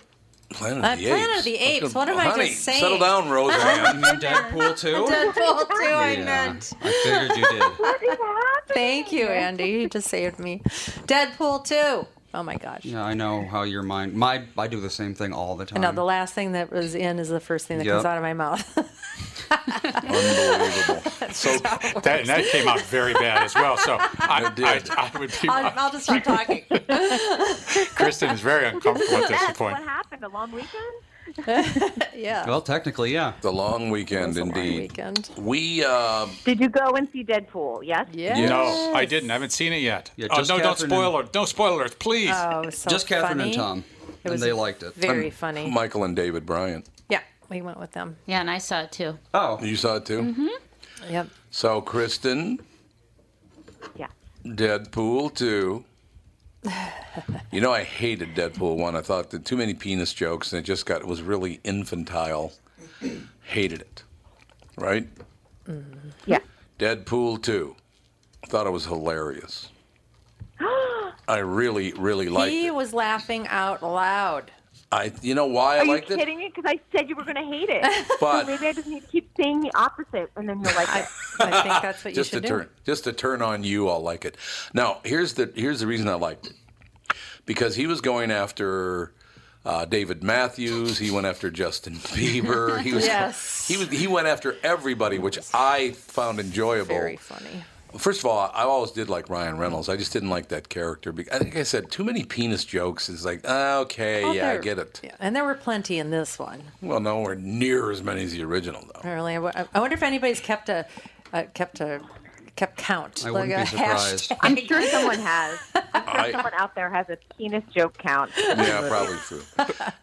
[SPEAKER 1] Planet
[SPEAKER 7] Uh,
[SPEAKER 1] of the
[SPEAKER 7] Planet of
[SPEAKER 1] Apes.
[SPEAKER 7] the
[SPEAKER 1] I was
[SPEAKER 7] Apes.
[SPEAKER 1] gonna-
[SPEAKER 7] What am I
[SPEAKER 1] honey,
[SPEAKER 7] just saying?
[SPEAKER 1] Settle down, Roseanne.
[SPEAKER 3] You mean Deadpool too?
[SPEAKER 7] Deadpool too, I
[SPEAKER 3] Yeah,
[SPEAKER 7] meant.
[SPEAKER 3] I figured you did.
[SPEAKER 6] What is happening?
[SPEAKER 7] Thank you, Andy. You just saved me. Deadpool too.
[SPEAKER 4] Oh my gosh.
[SPEAKER 3] Yeah, I know how your mind. My, I do the same thing all the time.
[SPEAKER 4] No, the last thing that was in is the first thing that
[SPEAKER 3] Yep.
[SPEAKER 4] comes out of my mouth.
[SPEAKER 1] Unbelievable.
[SPEAKER 2] So that, and that came out very bad as well. So I,
[SPEAKER 1] It did.
[SPEAKER 2] I, I would be.
[SPEAKER 7] I'll, I'll just stop talking.
[SPEAKER 2] Kristen is very uncomfortable at this
[SPEAKER 6] That's what
[SPEAKER 2] point.
[SPEAKER 6] happened. A long weekend.
[SPEAKER 4] yeah.
[SPEAKER 3] Well, technically, yeah.
[SPEAKER 1] The long weekend,
[SPEAKER 4] It's a long
[SPEAKER 1] indeed.
[SPEAKER 4] weekend.
[SPEAKER 1] We, uh,
[SPEAKER 6] Did you go and see Deadpool? Yes.
[SPEAKER 4] Yeah.
[SPEAKER 2] No, I didn't. I haven't seen it yet.
[SPEAKER 3] Yeah,
[SPEAKER 2] oh,
[SPEAKER 3] just
[SPEAKER 2] no, don't
[SPEAKER 3] Catherine and-
[SPEAKER 2] spoil it. No spoilers, please.
[SPEAKER 4] Oh, so
[SPEAKER 3] Just Catherine
[SPEAKER 4] funny.
[SPEAKER 3] and Tom,
[SPEAKER 4] It
[SPEAKER 3] and
[SPEAKER 4] was
[SPEAKER 3] they liked it.
[SPEAKER 4] Very funny.
[SPEAKER 1] Michael and David Bryant.
[SPEAKER 4] yeah, we went with them.
[SPEAKER 7] Yeah, and I saw it too.
[SPEAKER 3] Oh,
[SPEAKER 1] You saw it too?
[SPEAKER 4] Mm-hmm. Yep.
[SPEAKER 1] So, Kristen,
[SPEAKER 6] Yeah.
[SPEAKER 1] Deadpool 2. You know, I hated Deadpool 1. I thought that too many penis jokes, and it just got, it was really infantile. Hated it. Right?
[SPEAKER 4] Mm-hmm.
[SPEAKER 6] Yeah.
[SPEAKER 1] Deadpool 2. I thought it was hilarious. I really, really liked
[SPEAKER 4] He
[SPEAKER 1] it.
[SPEAKER 4] was laughing out loud.
[SPEAKER 1] I, you know why I
[SPEAKER 6] Are you
[SPEAKER 1] liked it?
[SPEAKER 6] kidding me? Because I said you were going to hate it.
[SPEAKER 1] But-
[SPEAKER 6] so maybe I just need to keep saying the opposite, and then you'll like it.
[SPEAKER 4] I think that's what you
[SPEAKER 1] just to
[SPEAKER 4] should do.
[SPEAKER 1] turn just to turn on you i'll like it now here's the here's the reason i liked it because he was going after uh, david matthews he went after justin bieber he was
[SPEAKER 4] Yes.
[SPEAKER 1] he was he went after everybody which i found enjoyable
[SPEAKER 4] Very funny.
[SPEAKER 1] First of all, I always did like Ryan Reynolds. I just didn't like that character. Be- I think I said too many penis jokes. It's like, ah, okay,
[SPEAKER 4] Well,
[SPEAKER 1] yeah, I
[SPEAKER 4] there-
[SPEAKER 1] get it.
[SPEAKER 4] Oh, Yeah, and there were plenty in this one.
[SPEAKER 1] Well, nowhere near as many as the original, though.
[SPEAKER 4] Apparently, I wo- I wonder if anybody's kept a uh, kept a kept count.
[SPEAKER 3] I wouldn't
[SPEAKER 4] like a
[SPEAKER 3] be surprised.
[SPEAKER 4] hashtag.
[SPEAKER 6] I'm sure someone has. I'm sure
[SPEAKER 1] I-
[SPEAKER 6] someone out there has a penis joke count.
[SPEAKER 1] Yeah, probably true.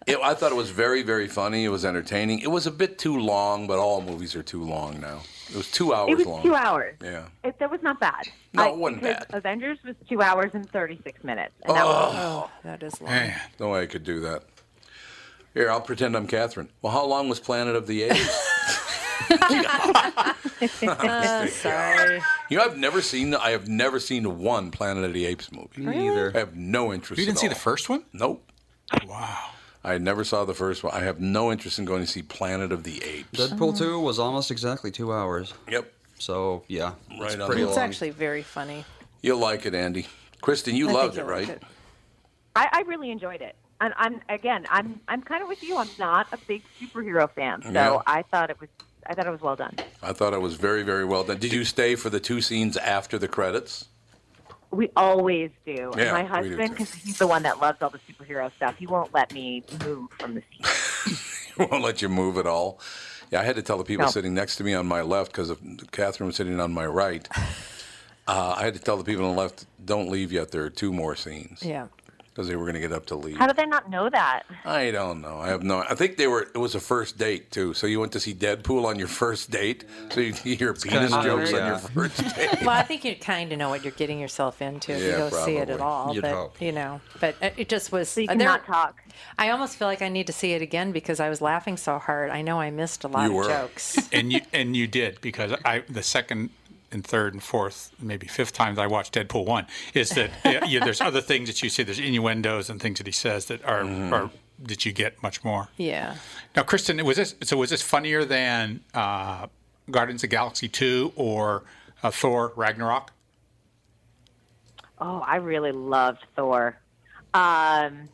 [SPEAKER 1] It, I thought it was very, very funny. It was entertaining. It was a bit too long, but all movies are too long now. It was two hours
[SPEAKER 6] It was
[SPEAKER 1] long.
[SPEAKER 6] two hours.
[SPEAKER 1] Yeah.
[SPEAKER 6] It, that was not bad.
[SPEAKER 1] No, it wasn't
[SPEAKER 6] because
[SPEAKER 1] bad.
[SPEAKER 6] Avengers was two hours and 36 minutes. And that was
[SPEAKER 4] Oh, that is long.
[SPEAKER 2] Man.
[SPEAKER 1] No way I could do that. Here, I'll pretend I'm Catherine. Well, how long was Planet of the Apes?
[SPEAKER 4] Uh, sorry.
[SPEAKER 1] you know, I've never seen. I have never seen one Planet of the Apes movie.
[SPEAKER 3] me
[SPEAKER 1] I
[SPEAKER 3] neither.
[SPEAKER 1] have no interest.
[SPEAKER 2] You didn't
[SPEAKER 1] at
[SPEAKER 2] see
[SPEAKER 1] all.
[SPEAKER 2] the first one?
[SPEAKER 1] Nope.
[SPEAKER 2] Wow.
[SPEAKER 1] I never saw the first one. I have no interest in going to see Planet of the Apes.
[SPEAKER 3] Deadpool two was almost exactly two hours.
[SPEAKER 1] yep.
[SPEAKER 3] So yeah,
[SPEAKER 1] Right
[SPEAKER 3] it's
[SPEAKER 1] on
[SPEAKER 3] pretty
[SPEAKER 1] the-
[SPEAKER 4] It's
[SPEAKER 3] long.
[SPEAKER 4] actually very funny.
[SPEAKER 1] You'll like it, Andy. Kristen, you
[SPEAKER 4] I think
[SPEAKER 1] loved it,
[SPEAKER 4] you'll like
[SPEAKER 1] right?
[SPEAKER 4] it.
[SPEAKER 6] I, I really enjoyed it. And I'm again, I'm I'm kind of with you. I'm not a big superhero fan, so
[SPEAKER 1] Yeah.
[SPEAKER 6] I thought it was I thought it was well done.
[SPEAKER 1] I thought it was very, very well done. Did you stay for the two scenes after the credits?
[SPEAKER 6] We always do. And
[SPEAKER 1] Yeah,
[SPEAKER 6] my
[SPEAKER 1] we do
[SPEAKER 6] husband,
[SPEAKER 1] too.
[SPEAKER 6] because he's the one that loves all the superhero stuff, he won't let me move from the seat.
[SPEAKER 1] won't let you move at all. Yeah, I had to tell the people
[SPEAKER 6] No.
[SPEAKER 1] sitting next to me on my left because Catherine was sitting on my right. Uh, I had to tell the people on the left, don't leave yet. There are two more scenes
[SPEAKER 4] Yeah.
[SPEAKER 1] because they were going to get up to leave.
[SPEAKER 6] How did I not know that?
[SPEAKER 1] I don't know. I have no. I think they were. It was a first date too. So you went to see Deadpool on your first date. So you hear penis
[SPEAKER 3] kinda
[SPEAKER 1] jokes on
[SPEAKER 3] weird.
[SPEAKER 1] your first date.
[SPEAKER 4] Well, I think you kind of know what you're getting yourself into if you go
[SPEAKER 1] Yeah,
[SPEAKER 4] see it at
[SPEAKER 1] probably.
[SPEAKER 4] all.
[SPEAKER 3] You'd
[SPEAKER 4] but
[SPEAKER 3] hope.
[SPEAKER 4] you know, but it it just was.
[SPEAKER 6] So you
[SPEAKER 4] uh, there-
[SPEAKER 6] cannot talk.
[SPEAKER 4] I almost feel like I need to see it again because I was laughing so hard. I know I missed a lot
[SPEAKER 1] You
[SPEAKER 4] of
[SPEAKER 1] were.
[SPEAKER 4] jokes.
[SPEAKER 2] And you and you did because I the second and third and fourth maybe fifth times I watched Deadpool one is that yeah, yeah, there's other things that you see there's innuendos and things that he says that are,
[SPEAKER 3] Mm-hmm.
[SPEAKER 2] are that you get much more.
[SPEAKER 4] yeah.
[SPEAKER 2] Now, Kristen, was this so? Was this funnier than uh, Guardians of the Galaxy two or uh, Thor Ragnarok?
[SPEAKER 6] Oh, I really loved Thor. Um,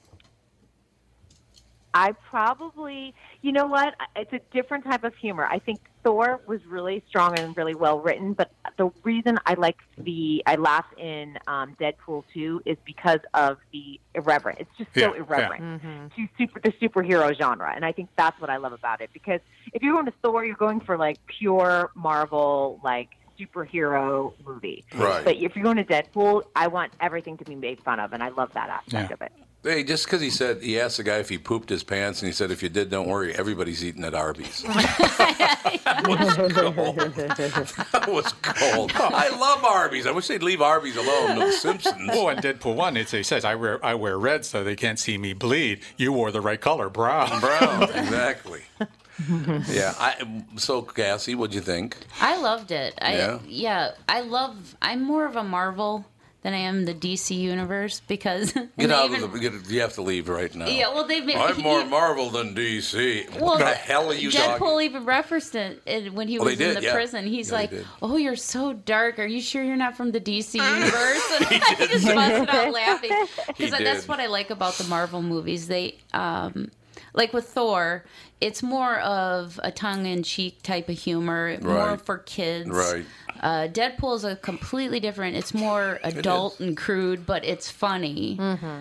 [SPEAKER 6] I probably, you know what? It's a different type of humor. I think Thor was really strong and really well written, but the reason I like the I laugh in um, Deadpool two is because of the irreverent. It's just
[SPEAKER 2] Yeah,
[SPEAKER 6] so
[SPEAKER 2] yeah.
[SPEAKER 6] irreverent to super the superhero genre, and I think that's what I love about it. Because if you're going to Thor, you're going for like pure Marvel, like superhero movie.
[SPEAKER 1] Right.
[SPEAKER 6] But if you're going to Deadpool, I want everything to be made fun of, and I love that aspect
[SPEAKER 2] Yeah.
[SPEAKER 6] of it.
[SPEAKER 1] Hey, just because he said he asked the guy if he pooped his pants, and he said, "If you did, don't worry. Everybody's eating at Arby's." that was cold. That was cold. Oh, I love Arby's. I wish they'd leave Arby's alone. The Simpsons.
[SPEAKER 2] Oh, in Deadpool one, it says I wear I wear red so they can't see me bleed. You wore the right color, brown.
[SPEAKER 1] Brown, exactly. yeah. I, so, Cassie, what'd you think?
[SPEAKER 8] I loved it. I
[SPEAKER 1] Yeah?
[SPEAKER 8] yeah. I love I'm more of a Marvel than I am the DC universe because
[SPEAKER 1] Get
[SPEAKER 8] they
[SPEAKER 1] out
[SPEAKER 8] even-
[SPEAKER 1] of the. Get, you have to leave right now.
[SPEAKER 8] Yeah, well, they've made-
[SPEAKER 1] I'm more
[SPEAKER 8] you-
[SPEAKER 1] Marvel than DC. what the hell are you
[SPEAKER 8] Deadpool
[SPEAKER 1] talking?
[SPEAKER 8] even referenced it in- when he
[SPEAKER 1] Well,
[SPEAKER 8] was
[SPEAKER 1] they
[SPEAKER 8] in
[SPEAKER 1] did,
[SPEAKER 8] the
[SPEAKER 1] yeah.
[SPEAKER 8] prison. He's
[SPEAKER 1] Yeah, they
[SPEAKER 8] like,
[SPEAKER 1] did.
[SPEAKER 8] "Oh, you're so dark. Are you sure you're not from the DC universe?" And
[SPEAKER 4] Mm-hmm.
[SPEAKER 8] I just busted out laughing
[SPEAKER 1] He
[SPEAKER 8] because that's
[SPEAKER 1] did.
[SPEAKER 8] what I like about the Marvel movies. They, um, like with Thor, it's more of a tongue-in-cheek type of humor, more
[SPEAKER 1] Right.
[SPEAKER 8] for kids.
[SPEAKER 1] Right.
[SPEAKER 8] Uh, Deadpool is a completely different. It's more adult and crude, but it's funny.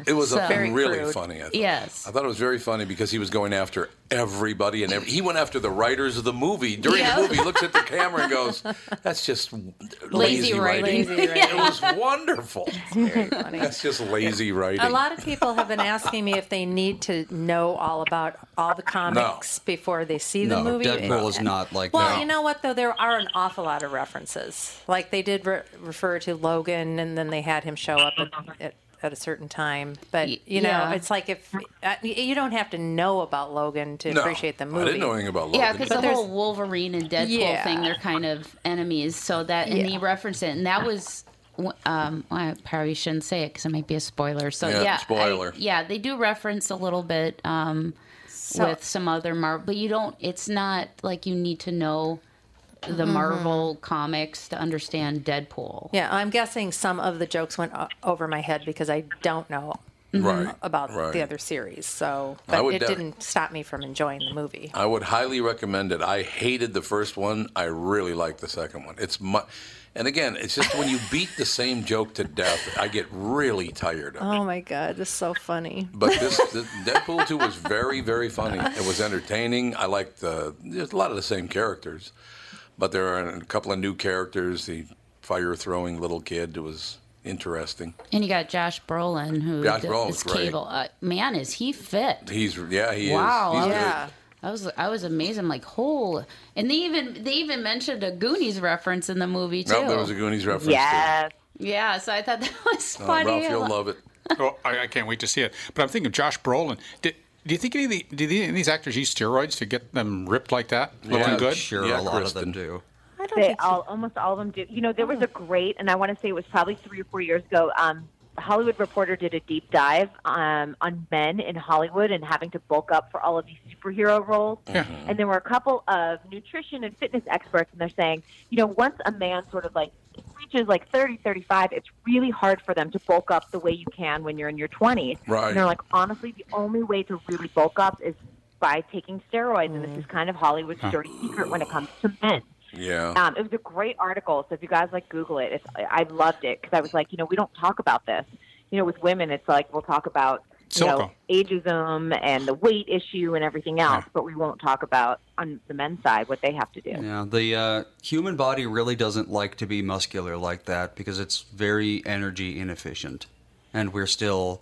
[SPEAKER 1] It was a
[SPEAKER 8] So- Very
[SPEAKER 1] really
[SPEAKER 4] crude.
[SPEAKER 1] funny. I thought.
[SPEAKER 8] Yes.
[SPEAKER 1] I thought it was very funny because he was going after everybody and every, he went after the writers of the movie. During
[SPEAKER 8] Yeah.
[SPEAKER 1] the movie, he looks at the camera and goes, "That's just lazy,
[SPEAKER 8] Lazy
[SPEAKER 1] writing."
[SPEAKER 8] writing.
[SPEAKER 7] Lazy writing.
[SPEAKER 1] It was wonderful. That's just lazy writing.
[SPEAKER 4] A lot of people have been asking me if they need to know all about all the comics before they see the
[SPEAKER 3] No,
[SPEAKER 4] movie.
[SPEAKER 3] Deadpool is not like
[SPEAKER 4] well,
[SPEAKER 3] that.
[SPEAKER 4] you know what though? There are an awful lot of references. Like they did re- refer to Logan, and then they had him show up at, at, at a certain time. But
[SPEAKER 8] Y-
[SPEAKER 4] you know,
[SPEAKER 8] yeah.
[SPEAKER 4] it's like if uh, y- you don't have to know about Logan to
[SPEAKER 1] No,
[SPEAKER 4] appreciate the movie.
[SPEAKER 1] I didn't know anything about Logan.
[SPEAKER 8] Yeah, because the
[SPEAKER 4] there's-
[SPEAKER 8] whole Wolverine and Deadpool
[SPEAKER 4] Yeah.
[SPEAKER 8] thing, they're kind of enemies. So that, and he referenced it, and that was, um, I probably shouldn't say it because it might be a spoiler. So
[SPEAKER 1] Yeah,
[SPEAKER 8] yeah, I-
[SPEAKER 1] spoiler.
[SPEAKER 8] yeah, they do reference a little bit um, with some other Marvel, but you don't. It's not like you need to know the Marvel comics to understand Deadpool.
[SPEAKER 4] Mm-hmm. Yeah, I'm guessing some of the jokes went o- over my head because I don't know
[SPEAKER 1] right,
[SPEAKER 4] about
[SPEAKER 1] right.
[SPEAKER 4] the other series. So,
[SPEAKER 1] I
[SPEAKER 4] but
[SPEAKER 1] would
[SPEAKER 4] it
[SPEAKER 1] def-
[SPEAKER 4] didn't stop me from enjoying the movie.
[SPEAKER 1] I would highly recommend it. I hated the first one. I really like the second one. It's my, and again, it's just when you beat the same joke to death, I get really tired of it.
[SPEAKER 7] Oh my god, this is so funny.
[SPEAKER 1] But this the Deadpool 2 was very, very funny. It was entertaining. I liked the there's a lot of the same characters, but there are a couple of new characters. The fire throwing little kid was interesting.
[SPEAKER 8] And you got Josh Brolin, who
[SPEAKER 1] Josh
[SPEAKER 8] d-
[SPEAKER 1] Brolin's
[SPEAKER 8] is
[SPEAKER 1] great.
[SPEAKER 8] Cable. Uh, man, is he fit?
[SPEAKER 1] He's yeah, he
[SPEAKER 8] Wow,
[SPEAKER 1] is. He's
[SPEAKER 4] yeah.
[SPEAKER 1] good.
[SPEAKER 8] I was I was amazed. I'm like, whole, and they even they even mentioned a Goonies reference in the movie too.
[SPEAKER 1] Nope, there was a Goonies reference.
[SPEAKER 6] Yes.
[SPEAKER 8] yeah, so I thought that was
[SPEAKER 1] too. Uh,
[SPEAKER 8] funny.
[SPEAKER 1] Ralph, you'll love it.
[SPEAKER 2] Oh, I, I can't wait to see it. But I'm thinking of Josh Brolin. Did, do you think any of, the, did any of these actors use steroids to get them ripped like that, looking
[SPEAKER 1] Yeah,
[SPEAKER 2] good?
[SPEAKER 3] Sure,
[SPEAKER 1] Yeah,
[SPEAKER 3] a lot
[SPEAKER 1] Kristen.
[SPEAKER 3] of them do.
[SPEAKER 4] I don't
[SPEAKER 6] They
[SPEAKER 4] think Oh.
[SPEAKER 6] all, almost all of them do. You know, there was a great, and I want to say it was probably three or four years ago. Um, the Hollywood Reporter did a deep dive um, on men in Hollywood and having to bulk up for all of these superhero roles. And there were a couple of nutrition and fitness experts, and they're saying, you know, once a man sort of like reaches like 30, 35, it's really hard for them to bulk up the way you can when you're in your 20s.
[SPEAKER 1] Right.
[SPEAKER 6] And they're like, honestly, the only way to really bulk up is by taking steroids. And this is kind of Hollywood's dirty secret when it comes to men.
[SPEAKER 1] Yeah.
[SPEAKER 6] Um, it was a great article. So if you guys like Google it, it's, I I loved it because I was like, you know, we don't talk about this. You know, with women, it's like we'll talk about you know,
[SPEAKER 2] Silicone.
[SPEAKER 6] ageism and the weight issue and everything else, but we won't talk about on the men's side what they have to do.
[SPEAKER 3] Yeah, the uh, human body really doesn't like to be muscular like that because it's very energy inefficient, and we're still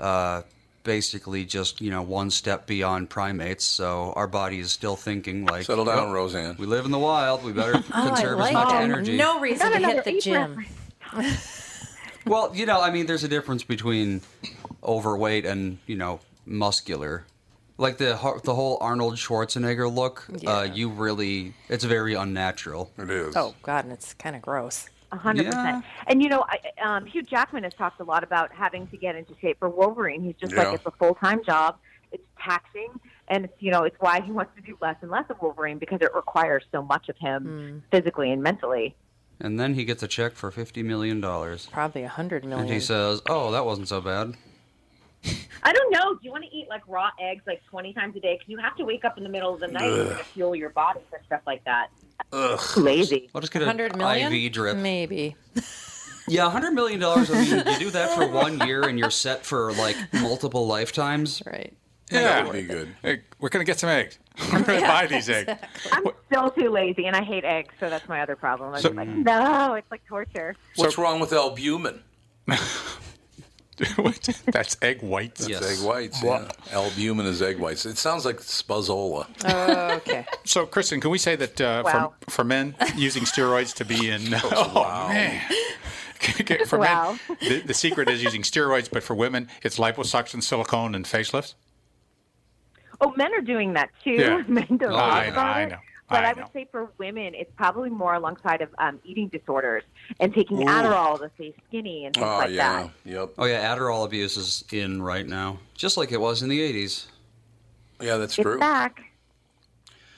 [SPEAKER 3] uh, basically just you know one step beyond primates. So our body is still thinking like,
[SPEAKER 1] Settle down,
[SPEAKER 3] "Well,
[SPEAKER 1] Roseanne.
[SPEAKER 3] We live in the wild. We better conserve as much
[SPEAKER 4] Oh, that.
[SPEAKER 3] energy.
[SPEAKER 4] No reason to hit the gym.
[SPEAKER 3] Well, you know, I mean, there's a difference between overweight and you know muscular. Like the ho- the whole Arnold Schwarzenegger look, uh, you really it's very unnatural.
[SPEAKER 1] It is.
[SPEAKER 4] Oh God, and it's kind of gross.
[SPEAKER 6] A hundred
[SPEAKER 3] Yeah.
[SPEAKER 6] percent. And you know, I, um, Hugh Jackman has talked a lot about having to get into shape for Wolverine. He's just
[SPEAKER 1] Yeah.
[SPEAKER 6] like it's a full time job. It's taxing, and it's, you know, it's why
[SPEAKER 4] Hmm.
[SPEAKER 6] he wants to do less and less of Wolverine because it requires so much of him physically and mentally.
[SPEAKER 3] And then he gets a check for $50 million.
[SPEAKER 4] Probably a hundred
[SPEAKER 3] And he
[SPEAKER 4] million.
[SPEAKER 3] says, Oh, that wasn't so bad.
[SPEAKER 6] I don't know. Do you want to eat like raw eggs like 20 times a day? Because you have to wake up in the middle of the night
[SPEAKER 3] Ugh.
[SPEAKER 6] to fuel your body for stuff like that.
[SPEAKER 3] Ugh.
[SPEAKER 6] Lazy.
[SPEAKER 3] I'll just get an
[SPEAKER 4] 100 million? Mm.
[SPEAKER 3] IV drip.
[SPEAKER 4] Maybe.
[SPEAKER 3] Yeah, $100 million. I mean, you do that for one year and you're set for like multiple lifetimes.
[SPEAKER 4] Right.
[SPEAKER 2] Yeah.
[SPEAKER 1] That would be good.
[SPEAKER 2] Hey, we're going to get some eggs. We're going to buy these eggs.
[SPEAKER 6] I'm still too lazy, and I hate eggs, so that's my other problem. I'm
[SPEAKER 2] So- Hmm.
[SPEAKER 6] like, no, it's like torture.
[SPEAKER 1] What's wrong with albumin?
[SPEAKER 2] That's egg whites.
[SPEAKER 3] Yes.
[SPEAKER 1] Egg whites. Yeah. Albumin is egg whites. It sounds like Spuzzola.
[SPEAKER 4] Oh, okay.
[SPEAKER 2] So, Kristen, can we say that uh,
[SPEAKER 6] Wow.
[SPEAKER 2] for, for men using steroids to be in? Oh,
[SPEAKER 1] wow.
[SPEAKER 2] man. for
[SPEAKER 6] Wow.
[SPEAKER 2] men, the, the secret is using steroids, but for women, it's liposuction, silicone, and facelifts.
[SPEAKER 6] Oh, men are doing that too.
[SPEAKER 2] Yeah.
[SPEAKER 6] Men don't
[SPEAKER 2] Oh,
[SPEAKER 6] talk
[SPEAKER 2] I know,
[SPEAKER 6] about
[SPEAKER 2] I
[SPEAKER 6] it.
[SPEAKER 2] know,
[SPEAKER 6] But
[SPEAKER 2] I
[SPEAKER 6] I, would
[SPEAKER 2] know.
[SPEAKER 6] say for women, it's probably more alongside of um, eating disorders and taking Adderall to stay skinny and things
[SPEAKER 1] Oh,
[SPEAKER 6] like
[SPEAKER 1] yeah.
[SPEAKER 6] that.
[SPEAKER 1] Yep.
[SPEAKER 3] Oh, yeah, Adderall abuse is in right now, just like it was in the 80s.
[SPEAKER 1] Yeah, that's
[SPEAKER 6] It's
[SPEAKER 1] true.
[SPEAKER 6] back.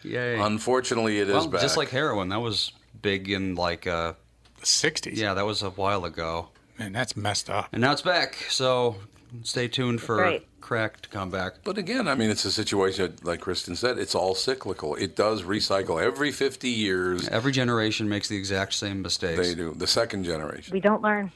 [SPEAKER 3] Yay.
[SPEAKER 1] Unfortunately, it is
[SPEAKER 3] well,
[SPEAKER 1] back.
[SPEAKER 3] just like heroin, that was big in like, uh,
[SPEAKER 2] The 60s.
[SPEAKER 3] yeah, that was a while ago.
[SPEAKER 2] Man, that's messed up.
[SPEAKER 3] And now it's back, so stay tuned for
[SPEAKER 6] Right.
[SPEAKER 3] crack to come back.
[SPEAKER 1] But again, I mean, it's a situation like Kristen said. It's all cyclical. It does recycle every 50 years.
[SPEAKER 3] Every generation makes the exact same mistakes.
[SPEAKER 1] They do. The second generation.
[SPEAKER 6] We don't learn.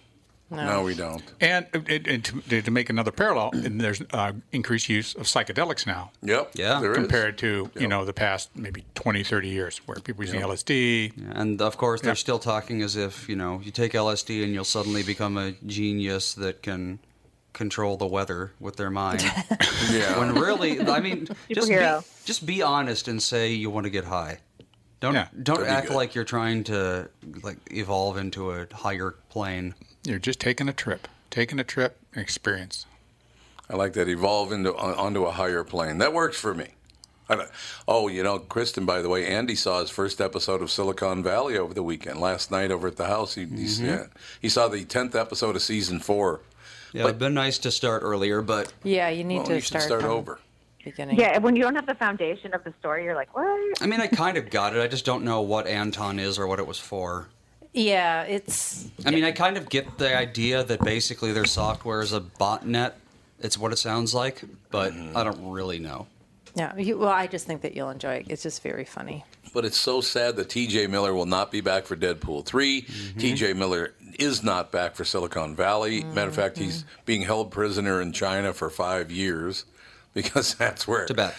[SPEAKER 6] Oh.
[SPEAKER 1] No, we don't.
[SPEAKER 2] And, uh, and, and to, to make another parallel, and there's uh, increased use of psychedelics now
[SPEAKER 1] Yep.
[SPEAKER 3] Yeah.
[SPEAKER 1] There is.
[SPEAKER 2] compared to you know the past maybe 20, 30 years where people using LSD.
[SPEAKER 3] And of course, they're still talking as if you know you take LSD and you'll suddenly become a genius that can control the weather with their mind.
[SPEAKER 1] Yeah.
[SPEAKER 3] when really, I mean, just be,
[SPEAKER 6] Superhero.
[SPEAKER 3] just be honest and say you want to get high. Don't
[SPEAKER 2] Yeah.
[SPEAKER 3] don't
[SPEAKER 1] That'd be
[SPEAKER 3] act
[SPEAKER 1] good.
[SPEAKER 3] like you're trying to like evolve into a higher plane.
[SPEAKER 2] You're just taking a trip, taking a trip, an experience.
[SPEAKER 1] I like that. Evolve into on- onto a higher plane. That works for me. I don't- oh, you know, Kristen. By the way, Andy saw his first episode of Silicon Valley over the weekend. Last night over at the house, he
[SPEAKER 3] Mm-hmm.
[SPEAKER 1] he, yeah, he saw the tenth episode of season four.
[SPEAKER 3] Yeah, it'd been nice to start earlier, but
[SPEAKER 4] Yeah, you need
[SPEAKER 1] Well,
[SPEAKER 4] to
[SPEAKER 1] you should
[SPEAKER 4] start,
[SPEAKER 1] start
[SPEAKER 4] from
[SPEAKER 1] over.
[SPEAKER 4] the beginning.
[SPEAKER 6] Yeah, when you don't have the foundation of the story, you're like, what?
[SPEAKER 3] I mean, I kind of got it. I just don't know what Anton is or what it was for.
[SPEAKER 4] Yeah, it's
[SPEAKER 3] I mean, I kind of get the idea that basically their software is a botnet. It's what it sounds like, but
[SPEAKER 1] Mm-hmm.
[SPEAKER 3] I don't really know.
[SPEAKER 4] yeah. You, well, I just think that you'll enjoy it. It's just very funny.
[SPEAKER 1] But it's so sad that T.J. Miller will not be back for Deadpool 3
[SPEAKER 3] Mm-hmm.
[SPEAKER 1] T.J. Miller is not back for Silicon Valley. Matter of fact, he's
[SPEAKER 3] Mm-hmm.
[SPEAKER 1] being held prisoner in China for five years because that's where
[SPEAKER 3] Tibet.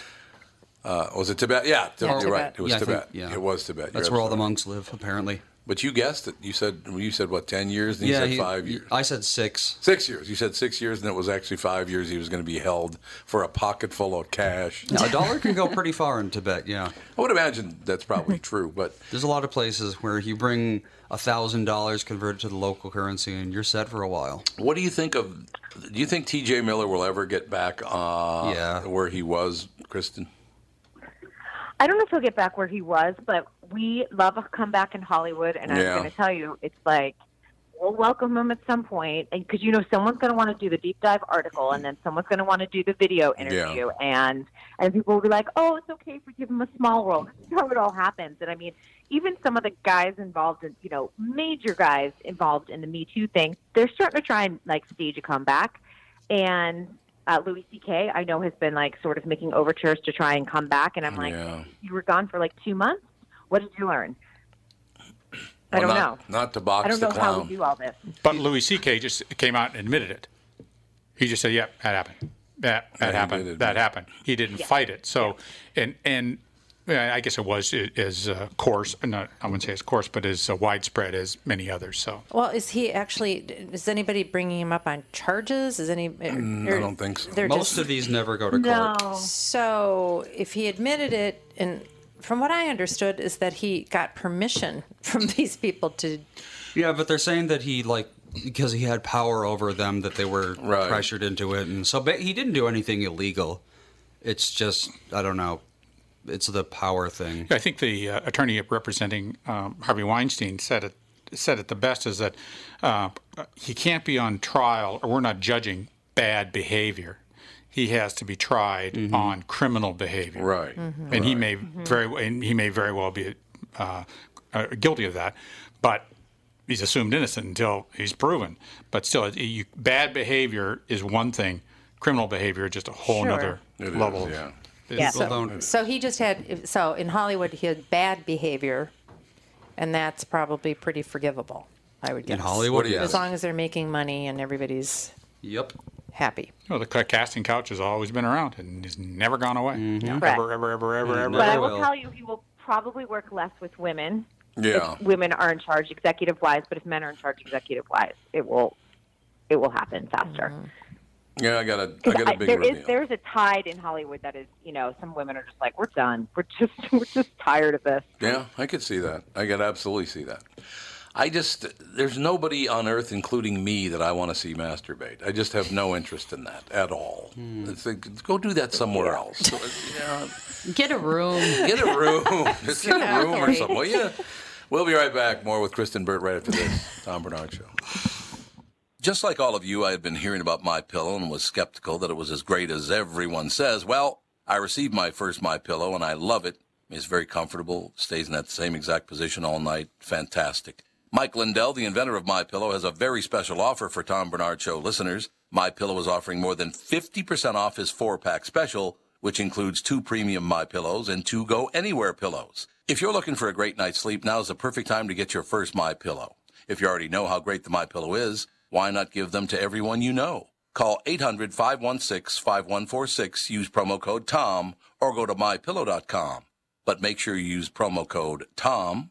[SPEAKER 1] Uh, was it Tibet? Yeah,
[SPEAKER 4] Yeah,
[SPEAKER 1] you're
[SPEAKER 4] Tibet.
[SPEAKER 1] right. It was
[SPEAKER 3] Yeah, I think-
[SPEAKER 1] Tibet.
[SPEAKER 3] yeah.
[SPEAKER 1] It was Tibet.
[SPEAKER 3] That's
[SPEAKER 1] You're
[SPEAKER 3] where all the
[SPEAKER 1] absolutely
[SPEAKER 3] monks live, apparently.
[SPEAKER 1] right. But you guessed it. You said you said what ten years, and you said
[SPEAKER 3] he-
[SPEAKER 1] five
[SPEAKER 3] he-
[SPEAKER 1] years.
[SPEAKER 3] I said six.
[SPEAKER 1] Six years. You said six years, and it was actually five years. He was going to be held for a pocket full of cash.
[SPEAKER 3] Now, a dollar can go pretty far in Tibet. Yeah,
[SPEAKER 1] I would imagine that's probably true. But
[SPEAKER 3] there's a lot of places where you bring a thousand dollars converted to the local currency, and you're set for a while.
[SPEAKER 1] What do you think of? Do you think T.J. Miller will ever get back uh,
[SPEAKER 3] Yeah.
[SPEAKER 1] where he was, Kristen?
[SPEAKER 6] I don't know if he'll get back where he was, but we love a comeback in Hollywood, and
[SPEAKER 1] Yeah.
[SPEAKER 6] I'm going to tell you, it's like we'll welcome him at some point, and because you know someone's going to want to do the deep dive article, and then someone's going to want to do the video interview, and and people will be like, oh, it's okay if we give him a small role. That's how it all happens, and I mean, even some of the guys involved in you know major guys involved in the Me Too thing, they're starting to try and like stage a comeback, and. Uh, Louis C.K. I know has been like sort of making overtures to try and come back, and I'm like,
[SPEAKER 1] yeah.
[SPEAKER 6] you were gone for like two months. What did you learn? I don't
[SPEAKER 1] Well,
[SPEAKER 6] know.
[SPEAKER 1] not, Not to box
[SPEAKER 6] I don't
[SPEAKER 1] the
[SPEAKER 6] know how
[SPEAKER 1] clown.
[SPEAKER 6] we do all this.
[SPEAKER 2] But Louis C.K. just came out and admitted it. He just said, "Yep, that happened. That
[SPEAKER 1] Yeah,
[SPEAKER 2] that
[SPEAKER 1] he did
[SPEAKER 2] happened.
[SPEAKER 1] admit
[SPEAKER 2] That
[SPEAKER 1] it."
[SPEAKER 2] happened." He didn't fight it. So, and and yeah, I guess it was i- as uh, coarse. Not I wouldn't say as coarse, but as uh, widespread as many others. So
[SPEAKER 4] Well, is he actually? Is anybody bringing him up on charges? Is any? I
[SPEAKER 1] Mm, don't think so.
[SPEAKER 4] They're
[SPEAKER 3] Most
[SPEAKER 4] just,
[SPEAKER 3] of these never go to
[SPEAKER 6] No.
[SPEAKER 3] court.
[SPEAKER 4] So, if he admitted it, and from what I understood, is that he got permission from these people to.
[SPEAKER 3] Yeah, but they're saying that he like because he had power over them that they were
[SPEAKER 1] Right.
[SPEAKER 3] pressured into it, and so but he didn't do anything illegal. It's just I don't know. It's the power thing.
[SPEAKER 2] I think the uh, attorney representing um, Harvey Weinstein said it said it the best is that uh, he can't be on trial, or we're not judging bad behavior. He has to be tried on criminal behavior.
[SPEAKER 1] Mm-hmm. Right.
[SPEAKER 7] Mm-hmm.
[SPEAKER 2] and he may very and he may very well be uh, uh, guilty of that, but he's assumed innocent until he's proven. But still, it- you, bad behavior is one thing; criminal behavior is just a whole
[SPEAKER 7] Sure.
[SPEAKER 2] nother
[SPEAKER 1] It
[SPEAKER 2] level.
[SPEAKER 1] is,
[SPEAKER 2] of-
[SPEAKER 1] yeah.
[SPEAKER 7] Yeah.
[SPEAKER 2] People
[SPEAKER 7] So,
[SPEAKER 2] don't-
[SPEAKER 4] So he just had, so in Hollywood, he had bad behavior, and that's probably pretty forgivable, I would guess.
[SPEAKER 3] Hollywood, yes.
[SPEAKER 4] As long as they're making money and everybody's
[SPEAKER 3] Yep.
[SPEAKER 4] happy.
[SPEAKER 2] Well, the ca- casting couch has always been around and has never gone away.
[SPEAKER 4] Correct.
[SPEAKER 2] Ever, ever, ever, ever,
[SPEAKER 1] Mm-hmm.
[SPEAKER 2] ever.
[SPEAKER 6] But I will tell you, he will probably work less with women.
[SPEAKER 1] Yeah.
[SPEAKER 6] If women are in charge executive wise, but if men are in charge executive wise, it will it will happen faster.
[SPEAKER 1] Yeah, I got a, I
[SPEAKER 6] 'Cause
[SPEAKER 1] got a big
[SPEAKER 6] there is-
[SPEAKER 1] reveal.
[SPEAKER 6] there's a tide in Hollywood that is, you know, some women are just like, we're done. We're just we're just tired of this.
[SPEAKER 1] Yeah, I could see that. I could absolutely see that. I just there's nobody on earth, including me, that I want to see masturbate. I just have no interest in that at all. It's like, go do that somewhere else. So, yeah,
[SPEAKER 8] Get a room.
[SPEAKER 1] get a room. Just get a room or
[SPEAKER 4] Exactly.
[SPEAKER 1] something. Well, yeah. We'll be right back. More with Kristen Burt right after this. Tom Bernard Show. Just like all of you, I had been hearing about My Pillow and was skeptical that it was as great as everyone says. Well, I received my first My Pillow and I love it. It's very comfortable, stays in that same exact position all night. Fantastic. Mike Lindell, the inventor of My Pillow, has a very special offer for Tom Bernard Show listeners. My Pillow is offering more than 50% off his four-pack special, which includes two premium My Pillows and two Go Anywhere pillows. If you're looking for a great night's sleep, now is the perfect time to get your first My Pillow. If you already know how great the My Pillow is, why not give them to everyone you know? Call 800 516 5146, use promo code TOM, or go to mypillow.com. But make sure you use promo code TOM.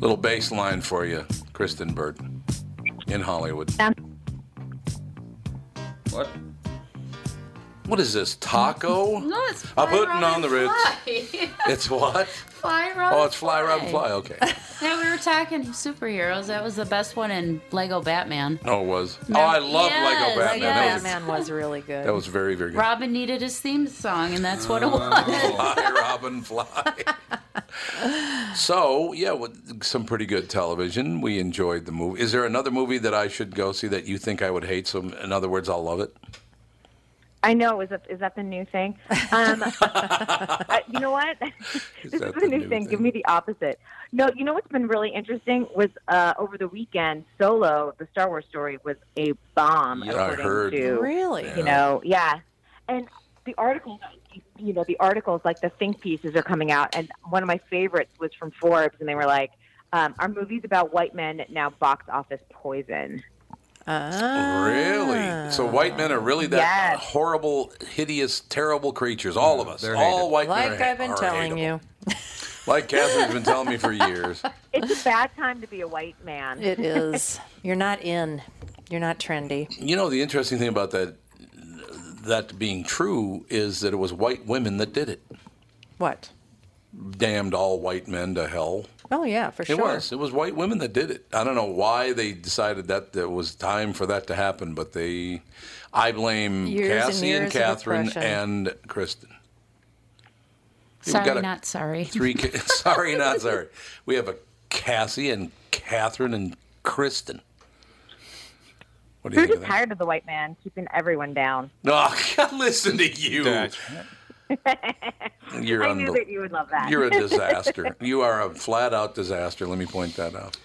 [SPEAKER 1] Little bass line for you, Kristen Bird, in Hollywood.
[SPEAKER 3] What?
[SPEAKER 1] What is this, taco?
[SPEAKER 8] No, it's
[SPEAKER 1] I'm
[SPEAKER 8] fly,
[SPEAKER 1] putting
[SPEAKER 8] run,
[SPEAKER 1] on the
[SPEAKER 8] and fly.
[SPEAKER 1] It's what?
[SPEAKER 8] fly, run,
[SPEAKER 1] Oh, it's fly, run, fly. Okay.
[SPEAKER 8] Yeah, we were talking superheroes. That was the best one in Lego Batman.
[SPEAKER 1] Oh, it was. Oh, I love
[SPEAKER 8] Yes,
[SPEAKER 1] Lego Batman. That, was,
[SPEAKER 4] Batman was really good.
[SPEAKER 1] that was very, very good.
[SPEAKER 8] Robin needed his theme song, and that's what it
[SPEAKER 3] Oh,
[SPEAKER 8] was.
[SPEAKER 1] Fly, Robin, fly. so, yeah, with some pretty good television. We enjoyed the movie. Is there another movie that I should go see that you think I would hate? So, in other words, I'll love it.
[SPEAKER 6] I know. Is that is that the new thing? Um, I, you know what? this is
[SPEAKER 1] that
[SPEAKER 6] the new thing. Give me the opposite. No, you know what's been really interesting was uh, over the weekend, Solo, the Star Wars story, was a bomb.
[SPEAKER 1] I
[SPEAKER 6] according
[SPEAKER 1] heard.
[SPEAKER 6] To,
[SPEAKER 4] really?
[SPEAKER 6] You know, yeah. And the articles, you know, the articles like the think pieces are coming out, and one of my favorites was from Forbes, and they were like, um, "Our movies about white men now box office poison."
[SPEAKER 1] Oh. Really? So, white men are really that
[SPEAKER 6] Yes.
[SPEAKER 1] horrible, hideous, terrible creatures. All of us.
[SPEAKER 3] They're
[SPEAKER 1] All
[SPEAKER 3] hateable.
[SPEAKER 1] white men.
[SPEAKER 4] Like
[SPEAKER 1] are-
[SPEAKER 4] I've been
[SPEAKER 1] are
[SPEAKER 4] telling
[SPEAKER 1] hateable.
[SPEAKER 4] you,
[SPEAKER 1] Like Catherine's been telling me for years.
[SPEAKER 6] It's a bad time to be a white man.
[SPEAKER 4] it is. You're not in. You're not trendy.
[SPEAKER 1] You know, the interesting thing about that that being true is that it was white women that did it.
[SPEAKER 4] What?
[SPEAKER 1] Damned all white men to hell.
[SPEAKER 4] Oh yeah, for
[SPEAKER 1] It
[SPEAKER 4] sure.
[SPEAKER 1] was. It was white women that did it. I don't know why they decided that there was time for that to happen, but they. I blame
[SPEAKER 4] Years and
[SPEAKER 1] Cassie and,
[SPEAKER 4] years of
[SPEAKER 1] Catherine
[SPEAKER 4] oppression.
[SPEAKER 1] and Kristen. We've
[SPEAKER 8] sorry,
[SPEAKER 1] got a-
[SPEAKER 8] not sorry.
[SPEAKER 1] Three. Ca- sorry, not sorry. We have a Cassie and Catherine and Kristen. What do you
[SPEAKER 6] We're
[SPEAKER 1] think
[SPEAKER 6] just
[SPEAKER 1] of that?
[SPEAKER 6] tired of the white man keeping everyone down.
[SPEAKER 1] Oh, listen to you.
[SPEAKER 2] That's-
[SPEAKER 1] You're
[SPEAKER 6] I knew
[SPEAKER 1] unbel-
[SPEAKER 6] that you would love that.
[SPEAKER 1] You're a disaster. you are a flat out disaster. Let me point that out.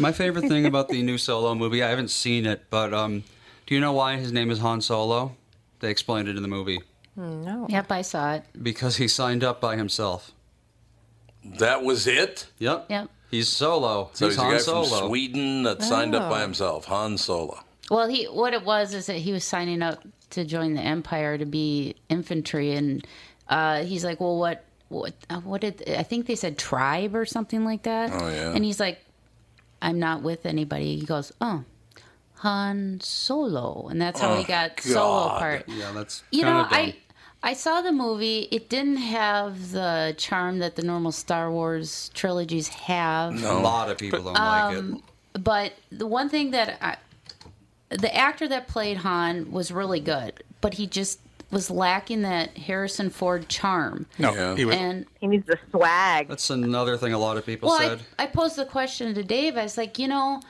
[SPEAKER 3] My favorite thing about the new Solo movie, I haven't seen it, but um, do you know why his name is Han Solo? They explained it in the movie
[SPEAKER 8] No. Yep, I saw it.
[SPEAKER 3] because he signed up by himself.
[SPEAKER 1] That was it.
[SPEAKER 3] Yep.
[SPEAKER 8] Yep.
[SPEAKER 3] He's Solo.
[SPEAKER 1] So
[SPEAKER 3] he's
[SPEAKER 1] he's,
[SPEAKER 3] Han
[SPEAKER 1] a guy
[SPEAKER 3] Solo.
[SPEAKER 1] from Sweden that signed up by
[SPEAKER 8] Oh.
[SPEAKER 1] himself. Han Solo.
[SPEAKER 8] Well, he what it was is that he was signing up to join the Empire to be infantry, and uh, he's like, "Well, what, what, uh, what did I think they said tribe or something like that?"
[SPEAKER 9] Oh, yeah.
[SPEAKER 8] And he's like, "I'm not with anybody." He goes, "Oh, Han Solo," and that's how he
[SPEAKER 9] Oh,
[SPEAKER 8] got Solo
[SPEAKER 9] God.
[SPEAKER 8] part.
[SPEAKER 3] Yeah, that's
[SPEAKER 8] You know,
[SPEAKER 3] kinda dumb.
[SPEAKER 8] I I saw the movie. It didn't have the charm that the normal Star Wars trilogies have.
[SPEAKER 3] a lot of people don't like it.
[SPEAKER 8] Um, But the one thing that I, the actor that played Han was really good, but he just was lacking that Harrison Ford charm.
[SPEAKER 3] No,
[SPEAKER 8] he was- and-
[SPEAKER 6] he needs the swag.
[SPEAKER 3] That's another thing a lot of people
[SPEAKER 8] Well,
[SPEAKER 3] said.
[SPEAKER 8] I, I posed the question to Dave. I was like, you know,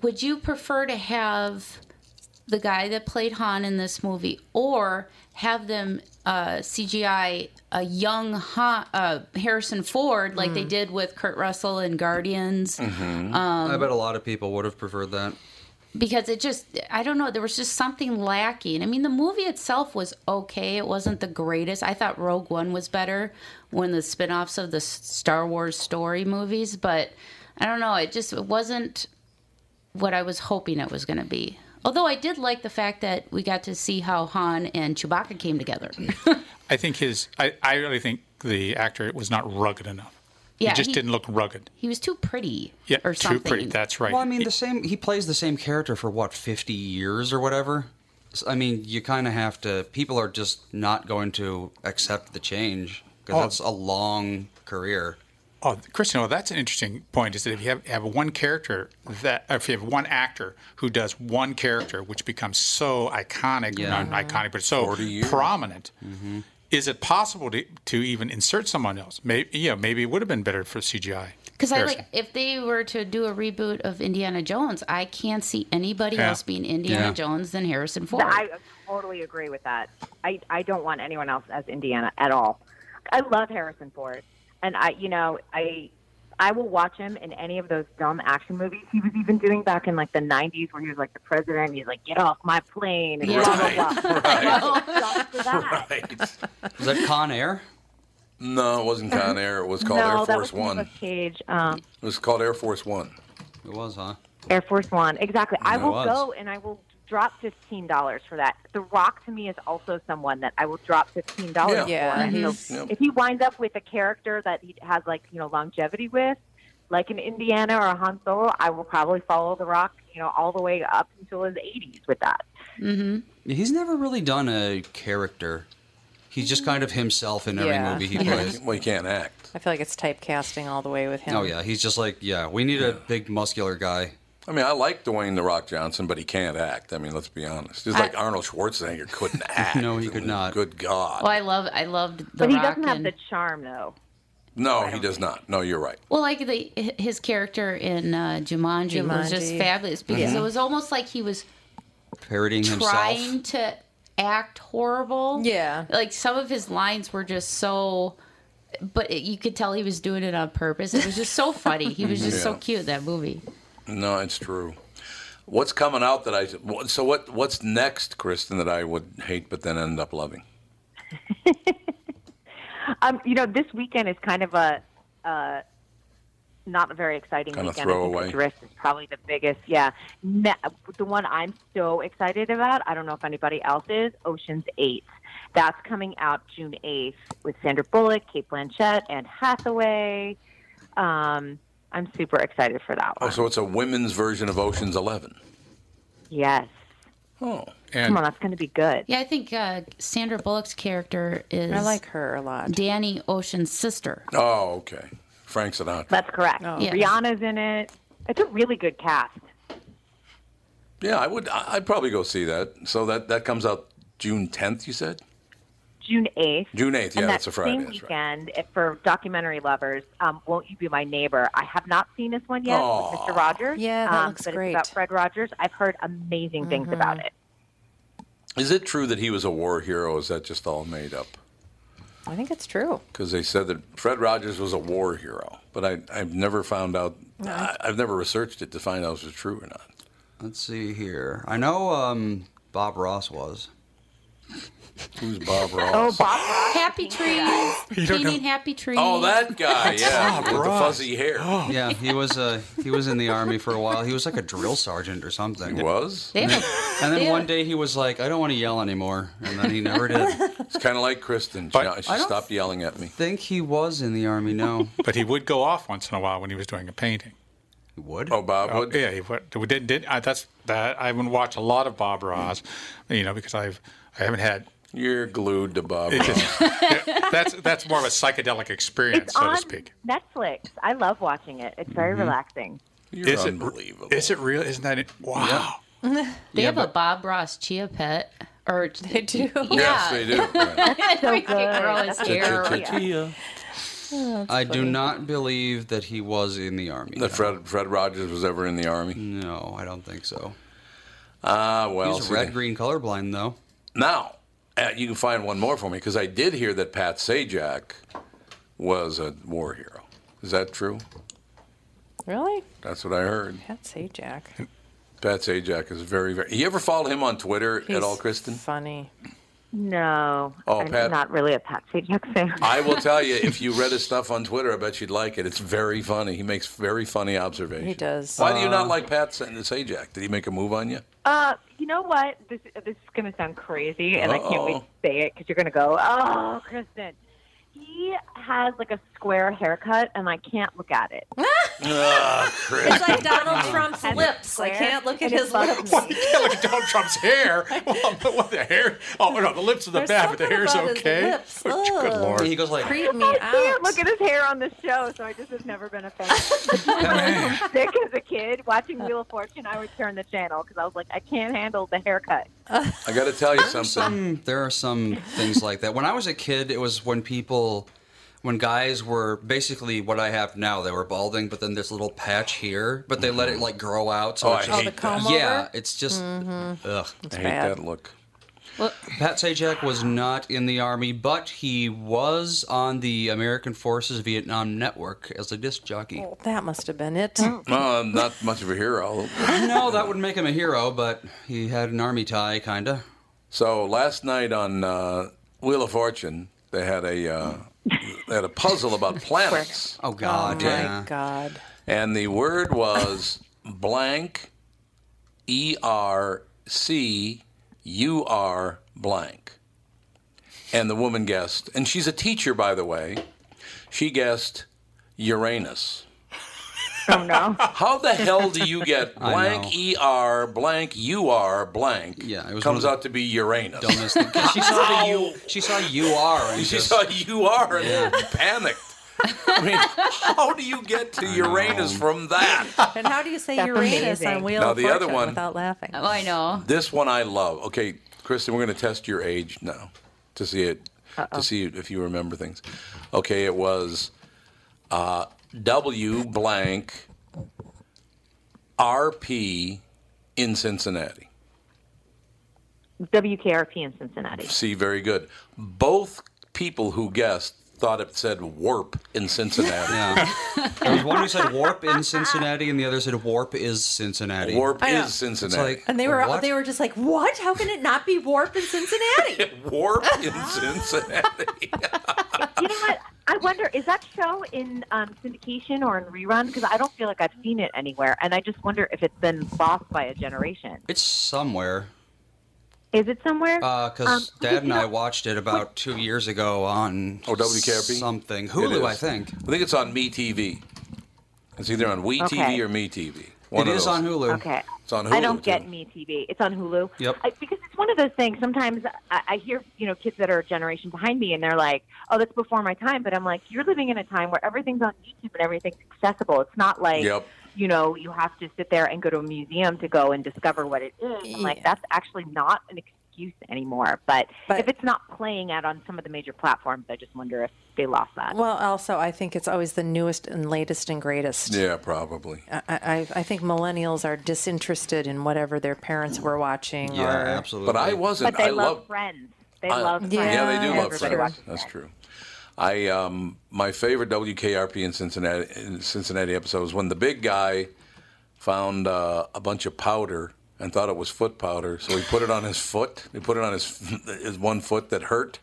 [SPEAKER 8] would you prefer to have the guy that played Han in this movie, or have them uh, CGI a young Han, uh, Harrison Ford like they did with Kurt Russell in Guardians?
[SPEAKER 1] Mm-hmm.
[SPEAKER 3] Mhm.
[SPEAKER 8] Um,
[SPEAKER 3] I bet a lot of people would have preferred that.
[SPEAKER 8] because it just i don't know there was just something lacking i mean the movie itself was okay it wasn't the greatest i thought rogue one was better when the spin-offs of the S- star wars story movies but i don't know it just it wasn't what i was hoping it was going to be although i did like the fact that we got to see how han and chewbacca came together
[SPEAKER 2] I think his, I, I really think the actor was not rugged enough.
[SPEAKER 8] Yeah,
[SPEAKER 2] he just
[SPEAKER 8] he-
[SPEAKER 2] didn't look rugged.
[SPEAKER 8] he was too pretty
[SPEAKER 2] Yeah,
[SPEAKER 8] or
[SPEAKER 2] too
[SPEAKER 8] something
[SPEAKER 2] pretty. That's right.
[SPEAKER 3] Well, I mean, the same. He plays the same character for what fifty years or whatever. So, I mean, you kind of have to. People are just not going to accept the change because
[SPEAKER 2] Oh.
[SPEAKER 3] that's a long career.
[SPEAKER 2] Oh, Christian, well, that's an interesting point. Is that if you have, have one character that, if you have one actor who does one character, which becomes so iconic,
[SPEAKER 3] Yeah. Mm-hmm.
[SPEAKER 2] not iconic, but so prominent, is it possible to, to even insert someone else? Maybe, you know, maybe it would have been better for CGI.
[SPEAKER 8] Because I
[SPEAKER 2] comparison.
[SPEAKER 8] like if they were to do a reboot of Indiana Jones, I can't see anybody
[SPEAKER 2] Yeah.
[SPEAKER 8] else being Indiana
[SPEAKER 2] Yeah.
[SPEAKER 8] Jones than Harrison Ford.
[SPEAKER 6] I totally agree with that. I, I don't want anyone else as Indiana at all. I love Harrison Ford, and I you know I I will watch him in any of those dumb action movies he was even doing back in like the '90s, where he was like the president. He's like, "Get off my plane!" And blah, blah, blah.
[SPEAKER 3] Was that Con Air?
[SPEAKER 1] No, it wasn't Con Air. It was called
[SPEAKER 6] no,
[SPEAKER 1] Air
[SPEAKER 6] that was
[SPEAKER 1] Force One.
[SPEAKER 6] Nicolas Cage. Um,
[SPEAKER 1] It was called Air Force One.
[SPEAKER 3] It was, huh?
[SPEAKER 6] Air Force One. Exactly. I
[SPEAKER 1] It
[SPEAKER 6] will
[SPEAKER 1] was.
[SPEAKER 6] go and I will drop fifteen dollars for that. The Rock to me is also someone that I will drop fifteen dollars
[SPEAKER 4] Yeah.
[SPEAKER 6] for.
[SPEAKER 4] Yeah,
[SPEAKER 6] So
[SPEAKER 4] he's- Yep.
[SPEAKER 6] If he winds up with a character that he has like you know longevity with, like an Indiana or a Han Solo, I will probably follow The Rock you know all the way up until his eighties with that.
[SPEAKER 8] Mm-hmm.
[SPEAKER 3] He's never really done a character. He's just kind of himself in every
[SPEAKER 4] Yeah.
[SPEAKER 3] movie he
[SPEAKER 4] Yeah.
[SPEAKER 3] plays.
[SPEAKER 1] Well, he can't act.
[SPEAKER 4] I feel like it's typecasting all the way with him.
[SPEAKER 3] Oh yeah, he's just like yeah. We need a big muscular guy.
[SPEAKER 1] I mean, I like Dwayne the Rock Johnson, but he can't act. I mean, let's be honest. Just like Arnold Schwarzenegger couldn't act. no, he could not. Good God.
[SPEAKER 8] Well, I love I loved the
[SPEAKER 6] but he
[SPEAKER 8] Rock
[SPEAKER 6] doesn't have
[SPEAKER 8] and
[SPEAKER 6] the charm though.
[SPEAKER 1] no, he does not. No, you're right.
[SPEAKER 8] well, like the his character in uh, Jumanji, was just
[SPEAKER 4] Jumanji. Mm-hmm.
[SPEAKER 8] fabulous because
[SPEAKER 3] Yeah.
[SPEAKER 8] it was almost like he was
[SPEAKER 3] Parodying himself.
[SPEAKER 8] trying to act horrible. Yeah, like some of his lines were just so. But it, you could tell he was doing it on purpose. It was just so funny. He was just so
[SPEAKER 1] Yeah.
[SPEAKER 8] cute that movie.
[SPEAKER 1] No, it's true. What's coming out that I what- so what what's next, Kristen, that I would hate but then end up loving?
[SPEAKER 6] Um, you know, this weekend is kind of a uh, not a very exciting
[SPEAKER 1] Kinda
[SPEAKER 6] weekend. I think
[SPEAKER 1] throwaway.
[SPEAKER 6] Adrift is probably the biggest. Yeah, Ne- the one I'm so excited about. I don't know if anybody else is. Ocean's Eight. That's coming out June eighth with Sandra Bullock, Kate Blanchett, and Hathaway. Um, I'm super excited for that one.
[SPEAKER 1] Oh, so it's a women's version of Ocean's Eleven.
[SPEAKER 6] Yes.
[SPEAKER 1] Oh,
[SPEAKER 6] come on, that's going to be good.
[SPEAKER 8] Yeah, I think uh, Sandra Bullock's character is.
[SPEAKER 4] I like her a lot.
[SPEAKER 8] Danny Ocean's sister.
[SPEAKER 1] Oh, okay. Frank Sinatra.
[SPEAKER 6] That's correct.
[SPEAKER 8] Yeah.
[SPEAKER 6] Rihanna's in it. It's a really good cast.
[SPEAKER 1] Yeah, I would. I- I'd probably go see that. So that that comes out June 10th. You said
[SPEAKER 6] June eighth.
[SPEAKER 1] June 8th. Yeah,
[SPEAKER 6] and that
[SPEAKER 1] that's a Friday.
[SPEAKER 6] Same
[SPEAKER 1] that's right.
[SPEAKER 6] weekend if- for documentary lovers. Um, Won't you be my neighbor? I have not seen this one yet,
[SPEAKER 1] Aw.
[SPEAKER 6] with Mr. Rogers.
[SPEAKER 4] Yeah, that
[SPEAKER 6] um,
[SPEAKER 4] looks
[SPEAKER 6] but
[SPEAKER 4] great. Mm-hmm.
[SPEAKER 6] It's about Fred Rogers. I've heard amazing things about it.
[SPEAKER 1] Is it true that he was a war hero? Is that just all made up?
[SPEAKER 4] I think it's true.
[SPEAKER 1] because they said that Fred Rogers was a war hero, but I, I've never found out.
[SPEAKER 4] No.
[SPEAKER 1] I, I've never researched it to find out if it's true or not.
[SPEAKER 3] Let's see here. I know um, Bob Ross was.
[SPEAKER 1] Who's Bob Ross?
[SPEAKER 8] Happy trees.
[SPEAKER 3] You don't
[SPEAKER 8] Painting
[SPEAKER 3] know-
[SPEAKER 8] happy trees.
[SPEAKER 1] Oh, that guy, yeah,
[SPEAKER 3] Bob
[SPEAKER 1] with the
[SPEAKER 3] Ross.
[SPEAKER 1] fuzzy hair.
[SPEAKER 3] Yeah, he was uh, he was in the army for a while. He was like a drill sergeant or something. He
[SPEAKER 1] was.
[SPEAKER 8] They have
[SPEAKER 3] and
[SPEAKER 8] they
[SPEAKER 3] then
[SPEAKER 8] have-
[SPEAKER 3] one day he was like, I don't want to yell anymore, and then he never did.
[SPEAKER 1] It's kind of like Kristen. She, she
[SPEAKER 3] I don't
[SPEAKER 1] stopped yelling at me.
[SPEAKER 3] Think he was in the army? No,
[SPEAKER 2] but he would go off once in a while when he was doing a painting.
[SPEAKER 3] He would.
[SPEAKER 1] Oh, Bob
[SPEAKER 2] Oh,
[SPEAKER 1] would.
[SPEAKER 2] yeah, he would. We did. did I, that's that. I wouldn't watch a lot of Bob Ross, you know, because I've I haven't had.
[SPEAKER 1] You're glued to Bob
[SPEAKER 2] It just-
[SPEAKER 1] Ross.
[SPEAKER 2] That's that's more of a psychedelic experience,
[SPEAKER 6] It's
[SPEAKER 2] so
[SPEAKER 6] on
[SPEAKER 2] to speak.
[SPEAKER 6] Netflix. I love watching it. It's
[SPEAKER 7] Mm-hmm.
[SPEAKER 6] very relaxing.
[SPEAKER 1] You're
[SPEAKER 2] Is it-
[SPEAKER 1] unbelievable.
[SPEAKER 2] Is it real? Isn't that it? Wow.
[SPEAKER 8] They
[SPEAKER 3] Yeah,
[SPEAKER 8] have
[SPEAKER 3] but-
[SPEAKER 8] a Bob Ross chia pet. Or they do. Yeah.
[SPEAKER 1] Yes, they do. Right.
[SPEAKER 8] Every girl is
[SPEAKER 6] That's
[SPEAKER 8] here.
[SPEAKER 6] good. Yeah.
[SPEAKER 1] Tortilla.
[SPEAKER 3] I do not believe that he was in the army.
[SPEAKER 1] That Fred Fred Rogers was ever in the army.
[SPEAKER 3] No, I don't think so.
[SPEAKER 1] Ah, well.
[SPEAKER 3] He's
[SPEAKER 1] see,
[SPEAKER 3] red green colorblind though.
[SPEAKER 1] Now, uh, you can find one more for me because I did hear that Pat Sajak was a war hero. Is that true?
[SPEAKER 4] Really?
[SPEAKER 1] That's what I heard.
[SPEAKER 4] Pat Sajak.
[SPEAKER 1] Pat Sajak is very, very. You ever follow him on Twitter
[SPEAKER 4] He's
[SPEAKER 1] at all, Kristen?
[SPEAKER 4] Funny.
[SPEAKER 6] No,
[SPEAKER 1] Oh,
[SPEAKER 6] I'm
[SPEAKER 1] Pat-
[SPEAKER 6] not really a Patsy Jack fan.
[SPEAKER 1] I will tell you, if you read his stuff on Twitter, I bet you'd like it. It's very funny. He makes very funny observations.
[SPEAKER 4] He does.
[SPEAKER 1] Why do you not like Pat Sa- Sajak? Did he make a move on you?
[SPEAKER 6] Uh, you know what? This this is gonna sound crazy, and I can't wait
[SPEAKER 1] Uh-oh.
[SPEAKER 6] to say it because you're gonna go, oh, Kristen. He has like a square haircut, and I can't look at it.
[SPEAKER 1] Ah,
[SPEAKER 7] It's
[SPEAKER 1] Chris.
[SPEAKER 7] like Donald Trump's lips. I can't look at his lips.
[SPEAKER 2] Well, you can't look at Donald Trump's hair. Well, but what the hair? Oh no, the lips are the
[SPEAKER 7] There's
[SPEAKER 2] bad, but the
[SPEAKER 7] something
[SPEAKER 2] hair's
[SPEAKER 7] about his
[SPEAKER 2] okay.
[SPEAKER 7] lips.
[SPEAKER 2] Oh, good
[SPEAKER 7] Ugh.
[SPEAKER 2] lord.
[SPEAKER 3] He goes like,
[SPEAKER 7] Creep me
[SPEAKER 6] I
[SPEAKER 7] out.
[SPEAKER 6] can't look at his hair on this show, so I just have never been a fan. Sick as a kid, watching Wheel of Fortune, I would turn the channel because I was like, I can't handle the haircut.
[SPEAKER 7] Uh.
[SPEAKER 1] I got to tell you something.
[SPEAKER 3] some there are some things like that. When I was a kid, it was when people when guys were basically what I have now. They were balding, but then this little patch here, but they let it like grow out. So
[SPEAKER 1] Oh,
[SPEAKER 3] it's
[SPEAKER 1] I
[SPEAKER 3] just,
[SPEAKER 1] hate that.
[SPEAKER 3] yeah, it's just
[SPEAKER 6] Mm-hmm.
[SPEAKER 3] ugh.
[SPEAKER 1] I hate
[SPEAKER 4] bad.
[SPEAKER 1] that look.
[SPEAKER 3] Pat Sajak was not in the army, but he was on the American Forces Vietnam Network as a disc jockey.
[SPEAKER 1] Oh.
[SPEAKER 4] Oh, That must have been it.
[SPEAKER 6] Mm.
[SPEAKER 1] Well, I'm not much of a hero.
[SPEAKER 3] No, that would make him a hero, but he had an army tie, kinda.
[SPEAKER 1] So last night on uh, Wheel of Fortune, they had a uh, they had a puzzle about planets,
[SPEAKER 3] Oh God, yeah.
[SPEAKER 4] My God.
[SPEAKER 1] and the word was blank, E R C U R blank. And the woman guessed, and she's a teacher, by the way. She guessed Uranus.
[SPEAKER 6] Oh no!
[SPEAKER 1] How the hell do you get
[SPEAKER 3] I
[SPEAKER 1] blank
[SPEAKER 3] know.
[SPEAKER 1] E R blank U R blank?
[SPEAKER 3] Yeah, it was one
[SPEAKER 1] comes
[SPEAKER 3] of the
[SPEAKER 1] out to be Uranus.
[SPEAKER 3] Dumbest thing. 'Cause She saw the U. She saw U R. And
[SPEAKER 1] She
[SPEAKER 3] just-
[SPEAKER 1] saw you are and panicked. I mean, how do you get to Uranus from that?
[SPEAKER 7] And how do you say
[SPEAKER 6] That's
[SPEAKER 7] Uranus on
[SPEAKER 6] amazing.
[SPEAKER 7] Wheel
[SPEAKER 1] Now,
[SPEAKER 7] of
[SPEAKER 1] the other
[SPEAKER 7] Fortune
[SPEAKER 1] one-
[SPEAKER 7] without laughing?
[SPEAKER 8] Oh, I know.
[SPEAKER 1] This one I love. Okay, Kristen, we're going to test your age now to see it to see if you remember things. Okay, it was uh, W blank RP in Cincinnati.
[SPEAKER 6] WKRP in Cincinnati.
[SPEAKER 1] See, very good. Both people who guessed thought it said warp in Cincinnati.
[SPEAKER 3] Yeah. There was one who said warp in Cincinnati, and the other said warp is Cincinnati.
[SPEAKER 1] Warp
[SPEAKER 7] I know.
[SPEAKER 1] is
[SPEAKER 3] It's
[SPEAKER 1] Cincinnati.
[SPEAKER 3] like,
[SPEAKER 7] And they were
[SPEAKER 3] what?
[SPEAKER 7] they were just like, what? How can it not be warp in Cincinnati?
[SPEAKER 1] warp in Cincinnati.
[SPEAKER 6] You know what? I wonder is that show in um, syndication or in rerun? Because I don't feel like I've seen it anywhere, and I just wonder if it's been lost by a generation.
[SPEAKER 3] It's somewhere.
[SPEAKER 6] Is it somewhere?
[SPEAKER 1] Uh,
[SPEAKER 3] Because
[SPEAKER 6] Um,
[SPEAKER 3] Dad and
[SPEAKER 6] you know-
[SPEAKER 3] I watched it about two years ago on
[SPEAKER 1] Oh, WKRP?
[SPEAKER 3] something
[SPEAKER 1] It is.
[SPEAKER 3] Hulu, I think.
[SPEAKER 1] I think it's on MeTV. It's either on WeTV
[SPEAKER 6] Okay.
[SPEAKER 1] or MeTV. One
[SPEAKER 3] It
[SPEAKER 1] of
[SPEAKER 3] is
[SPEAKER 1] those.
[SPEAKER 3] on Hulu.
[SPEAKER 6] Okay.
[SPEAKER 1] It's on Hulu.
[SPEAKER 6] I don't get
[SPEAKER 1] too.
[SPEAKER 6] me TV. It's on Hulu.
[SPEAKER 3] Yep.
[SPEAKER 6] I, because it's one of those things. Sometimes I, I hear you know kids that are a generation behind me, and they're like, "Oh, that's before my time." But I'm like, "You're living in a time where everything's on YouTube and everything's accessible. It's not like
[SPEAKER 1] Yep.
[SPEAKER 6] you know you have to sit there and go to a museum to go and discover what it is." I'm like, "That's actually not an excuse anymore." But,
[SPEAKER 4] But-
[SPEAKER 6] if it's not playing out on some of the major platforms, I just wonder if they lost that.
[SPEAKER 4] Well, also, I think it's always the newest and latest and greatest.
[SPEAKER 1] Yeah, probably.
[SPEAKER 4] I, I, I think millennials are disinterested in whatever their parents were watching.
[SPEAKER 3] Yeah,
[SPEAKER 4] or,
[SPEAKER 3] absolutely.
[SPEAKER 1] But I wasn't.
[SPEAKER 6] but they
[SPEAKER 1] I
[SPEAKER 6] love
[SPEAKER 1] love.
[SPEAKER 6] Friends. They
[SPEAKER 1] I-
[SPEAKER 6] love Friends.
[SPEAKER 1] yeah, they do love
[SPEAKER 6] Everybody
[SPEAKER 1] Friends.
[SPEAKER 6] watches
[SPEAKER 1] That's
[SPEAKER 6] Friends.
[SPEAKER 1] true. I um, my favorite WKRP in Cincinnati in Cincinnati episode was when the big guy found uh, a bunch of powder and thought it was foot powder, so he put it on his foot. He put it on his his one foot that hurt,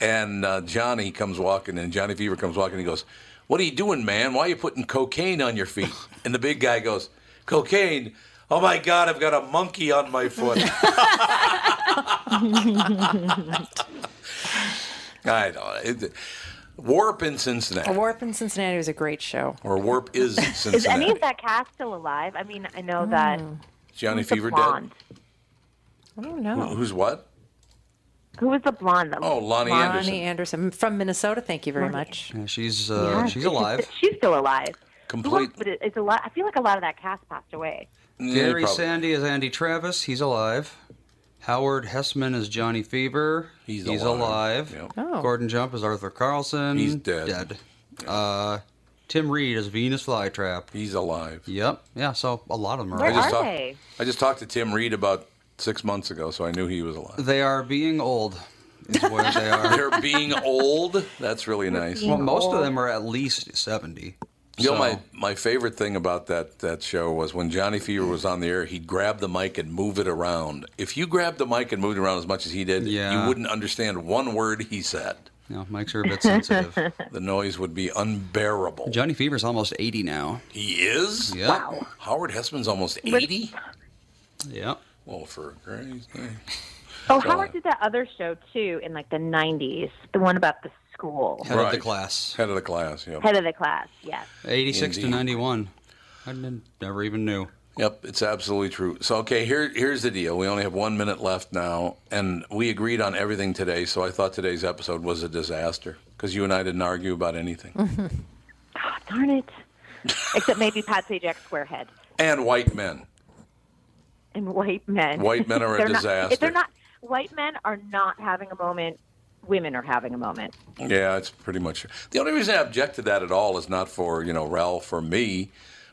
[SPEAKER 1] and uh, Johnny comes walking in. Johnny Fever comes walking. He goes, "What are you doing, man? Why are you putting cocaine on your feet?" And the big guy goes, "Cocaine." Oh my God! I've got a monkey on my foot. I know. It, Warp in Cincinnati.
[SPEAKER 4] Warp in Cincinnati was a great show.
[SPEAKER 1] Or Warp is Cincinnati.
[SPEAKER 6] Is any of that cast still alive? I mean, I know that.
[SPEAKER 1] Johnny
[SPEAKER 6] Who's the Oh.
[SPEAKER 1] Fever
[SPEAKER 6] blonde?
[SPEAKER 4] Oh, I don't
[SPEAKER 1] dead?
[SPEAKER 4] know.
[SPEAKER 1] Who- Who's what?
[SPEAKER 6] Who was the blonde? That
[SPEAKER 1] Oh, Lonnie Anderson.
[SPEAKER 4] Bonnie Anderson from Minnesota. Thank you very much.
[SPEAKER 3] Yeah, she's uh,
[SPEAKER 6] Yeah,
[SPEAKER 3] she's alive.
[SPEAKER 6] She's still alive.
[SPEAKER 3] Complete.
[SPEAKER 6] But it, it's a lot. I feel like a lot of that cast passed away.
[SPEAKER 3] Gary
[SPEAKER 1] probably.
[SPEAKER 3] Sandy is Andy Travis. He's alive. Howard Hessman is Johnny Fever. He's, alive.
[SPEAKER 4] Oh.
[SPEAKER 3] Gordon Jump is Arthur Carlson.
[SPEAKER 1] He's dead.
[SPEAKER 3] Dead. Uh, Tim Reed is Venus Flytrap.
[SPEAKER 1] He's alive.
[SPEAKER 3] Yep. Yeah. So a lot of them are.
[SPEAKER 6] Where
[SPEAKER 3] alive.
[SPEAKER 6] are
[SPEAKER 1] talked-
[SPEAKER 6] they?
[SPEAKER 1] I just talked to Tim Reed about six months ago, so I knew he was alive.
[SPEAKER 3] They are being old. Is where they are.
[SPEAKER 1] They're being old. That's really nice.
[SPEAKER 3] well, most of them are at least seventy.
[SPEAKER 1] You know,
[SPEAKER 3] So-
[SPEAKER 1] my, my favorite thing about that, that show was when Johnny Fever was on the air, he'd grab the mic and move it around. If you grabbed the mic and moved it around as much as he did,
[SPEAKER 3] Yeah.
[SPEAKER 1] you wouldn't understand one word he said.
[SPEAKER 3] No, mics are a bit sensitive.
[SPEAKER 1] The noise would be unbearable.
[SPEAKER 3] Johnny Fever's almost eighty now.
[SPEAKER 1] he is?
[SPEAKER 3] Yep. Wow.
[SPEAKER 1] Howard Hessman's almost 80?
[SPEAKER 3] Yep.
[SPEAKER 1] Well, for Christ's sake.
[SPEAKER 6] Oh,
[SPEAKER 1] Go
[SPEAKER 6] Howard
[SPEAKER 1] on.
[SPEAKER 6] did that other show too in like the '90s, the one about the school,
[SPEAKER 3] Head of the
[SPEAKER 1] Right.
[SPEAKER 3] class.
[SPEAKER 1] Head of the class, yep.
[SPEAKER 6] head of the class. Yes.
[SPEAKER 3] 86
[SPEAKER 1] Indeed.
[SPEAKER 3] to 91. I didn't, never even knew.
[SPEAKER 1] Yep, it's absolutely true. So, okay, here, here's the deal. We only have one minute left now, and we agreed on everything today, so I thought today's episode was a disaster because you and I didn't argue about anything.
[SPEAKER 6] Oh, darn it. Except maybe Pat Sajak Squarehead
[SPEAKER 1] and white men.
[SPEAKER 6] and white men.
[SPEAKER 1] White men are a
[SPEAKER 6] They're not-
[SPEAKER 1] disaster.
[SPEAKER 6] if they're not, white men are not having a moment. Women are having a moment.
[SPEAKER 1] Yeah, it's pretty much. The only reason I object to that at all is not for, you know, Ralph or me,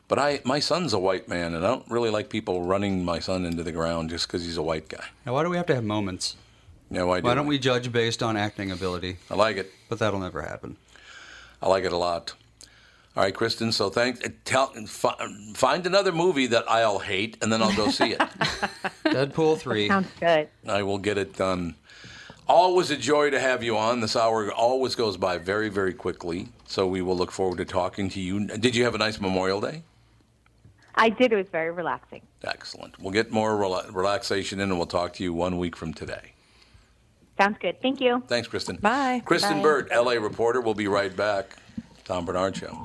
[SPEAKER 1] but I my son's a white man, and I don't really like people running my son into the ground just because he's a white guy.
[SPEAKER 3] Now, why do we have to have moments?
[SPEAKER 1] Yeah, why,
[SPEAKER 3] Why don't we judge based on acting ability?
[SPEAKER 1] I like it.
[SPEAKER 3] But that'll never happen.
[SPEAKER 1] I like it a lot. All right, Kristen. So thanks. uh, Tell, fi- find another movie that I'll hate, and then I'll go see it.
[SPEAKER 3] Deadpool 3.
[SPEAKER 6] Sounds good.
[SPEAKER 1] I will get it done. Always a joy to have you on. This hour always goes by very, very quickly. So we will look forward to talking to you. Did you have a nice Memorial Day?
[SPEAKER 6] I did. It was very relaxing.
[SPEAKER 1] Excellent. We'll get more rela- relaxation in, and we'll talk to you one week from today.
[SPEAKER 6] Sounds good. Thank you.
[SPEAKER 1] Thanks, Kristen.
[SPEAKER 4] Bye.
[SPEAKER 1] Kristen
[SPEAKER 4] Bye.
[SPEAKER 1] Bird, LA reporter. We'll be right back. Tom Bernard Show.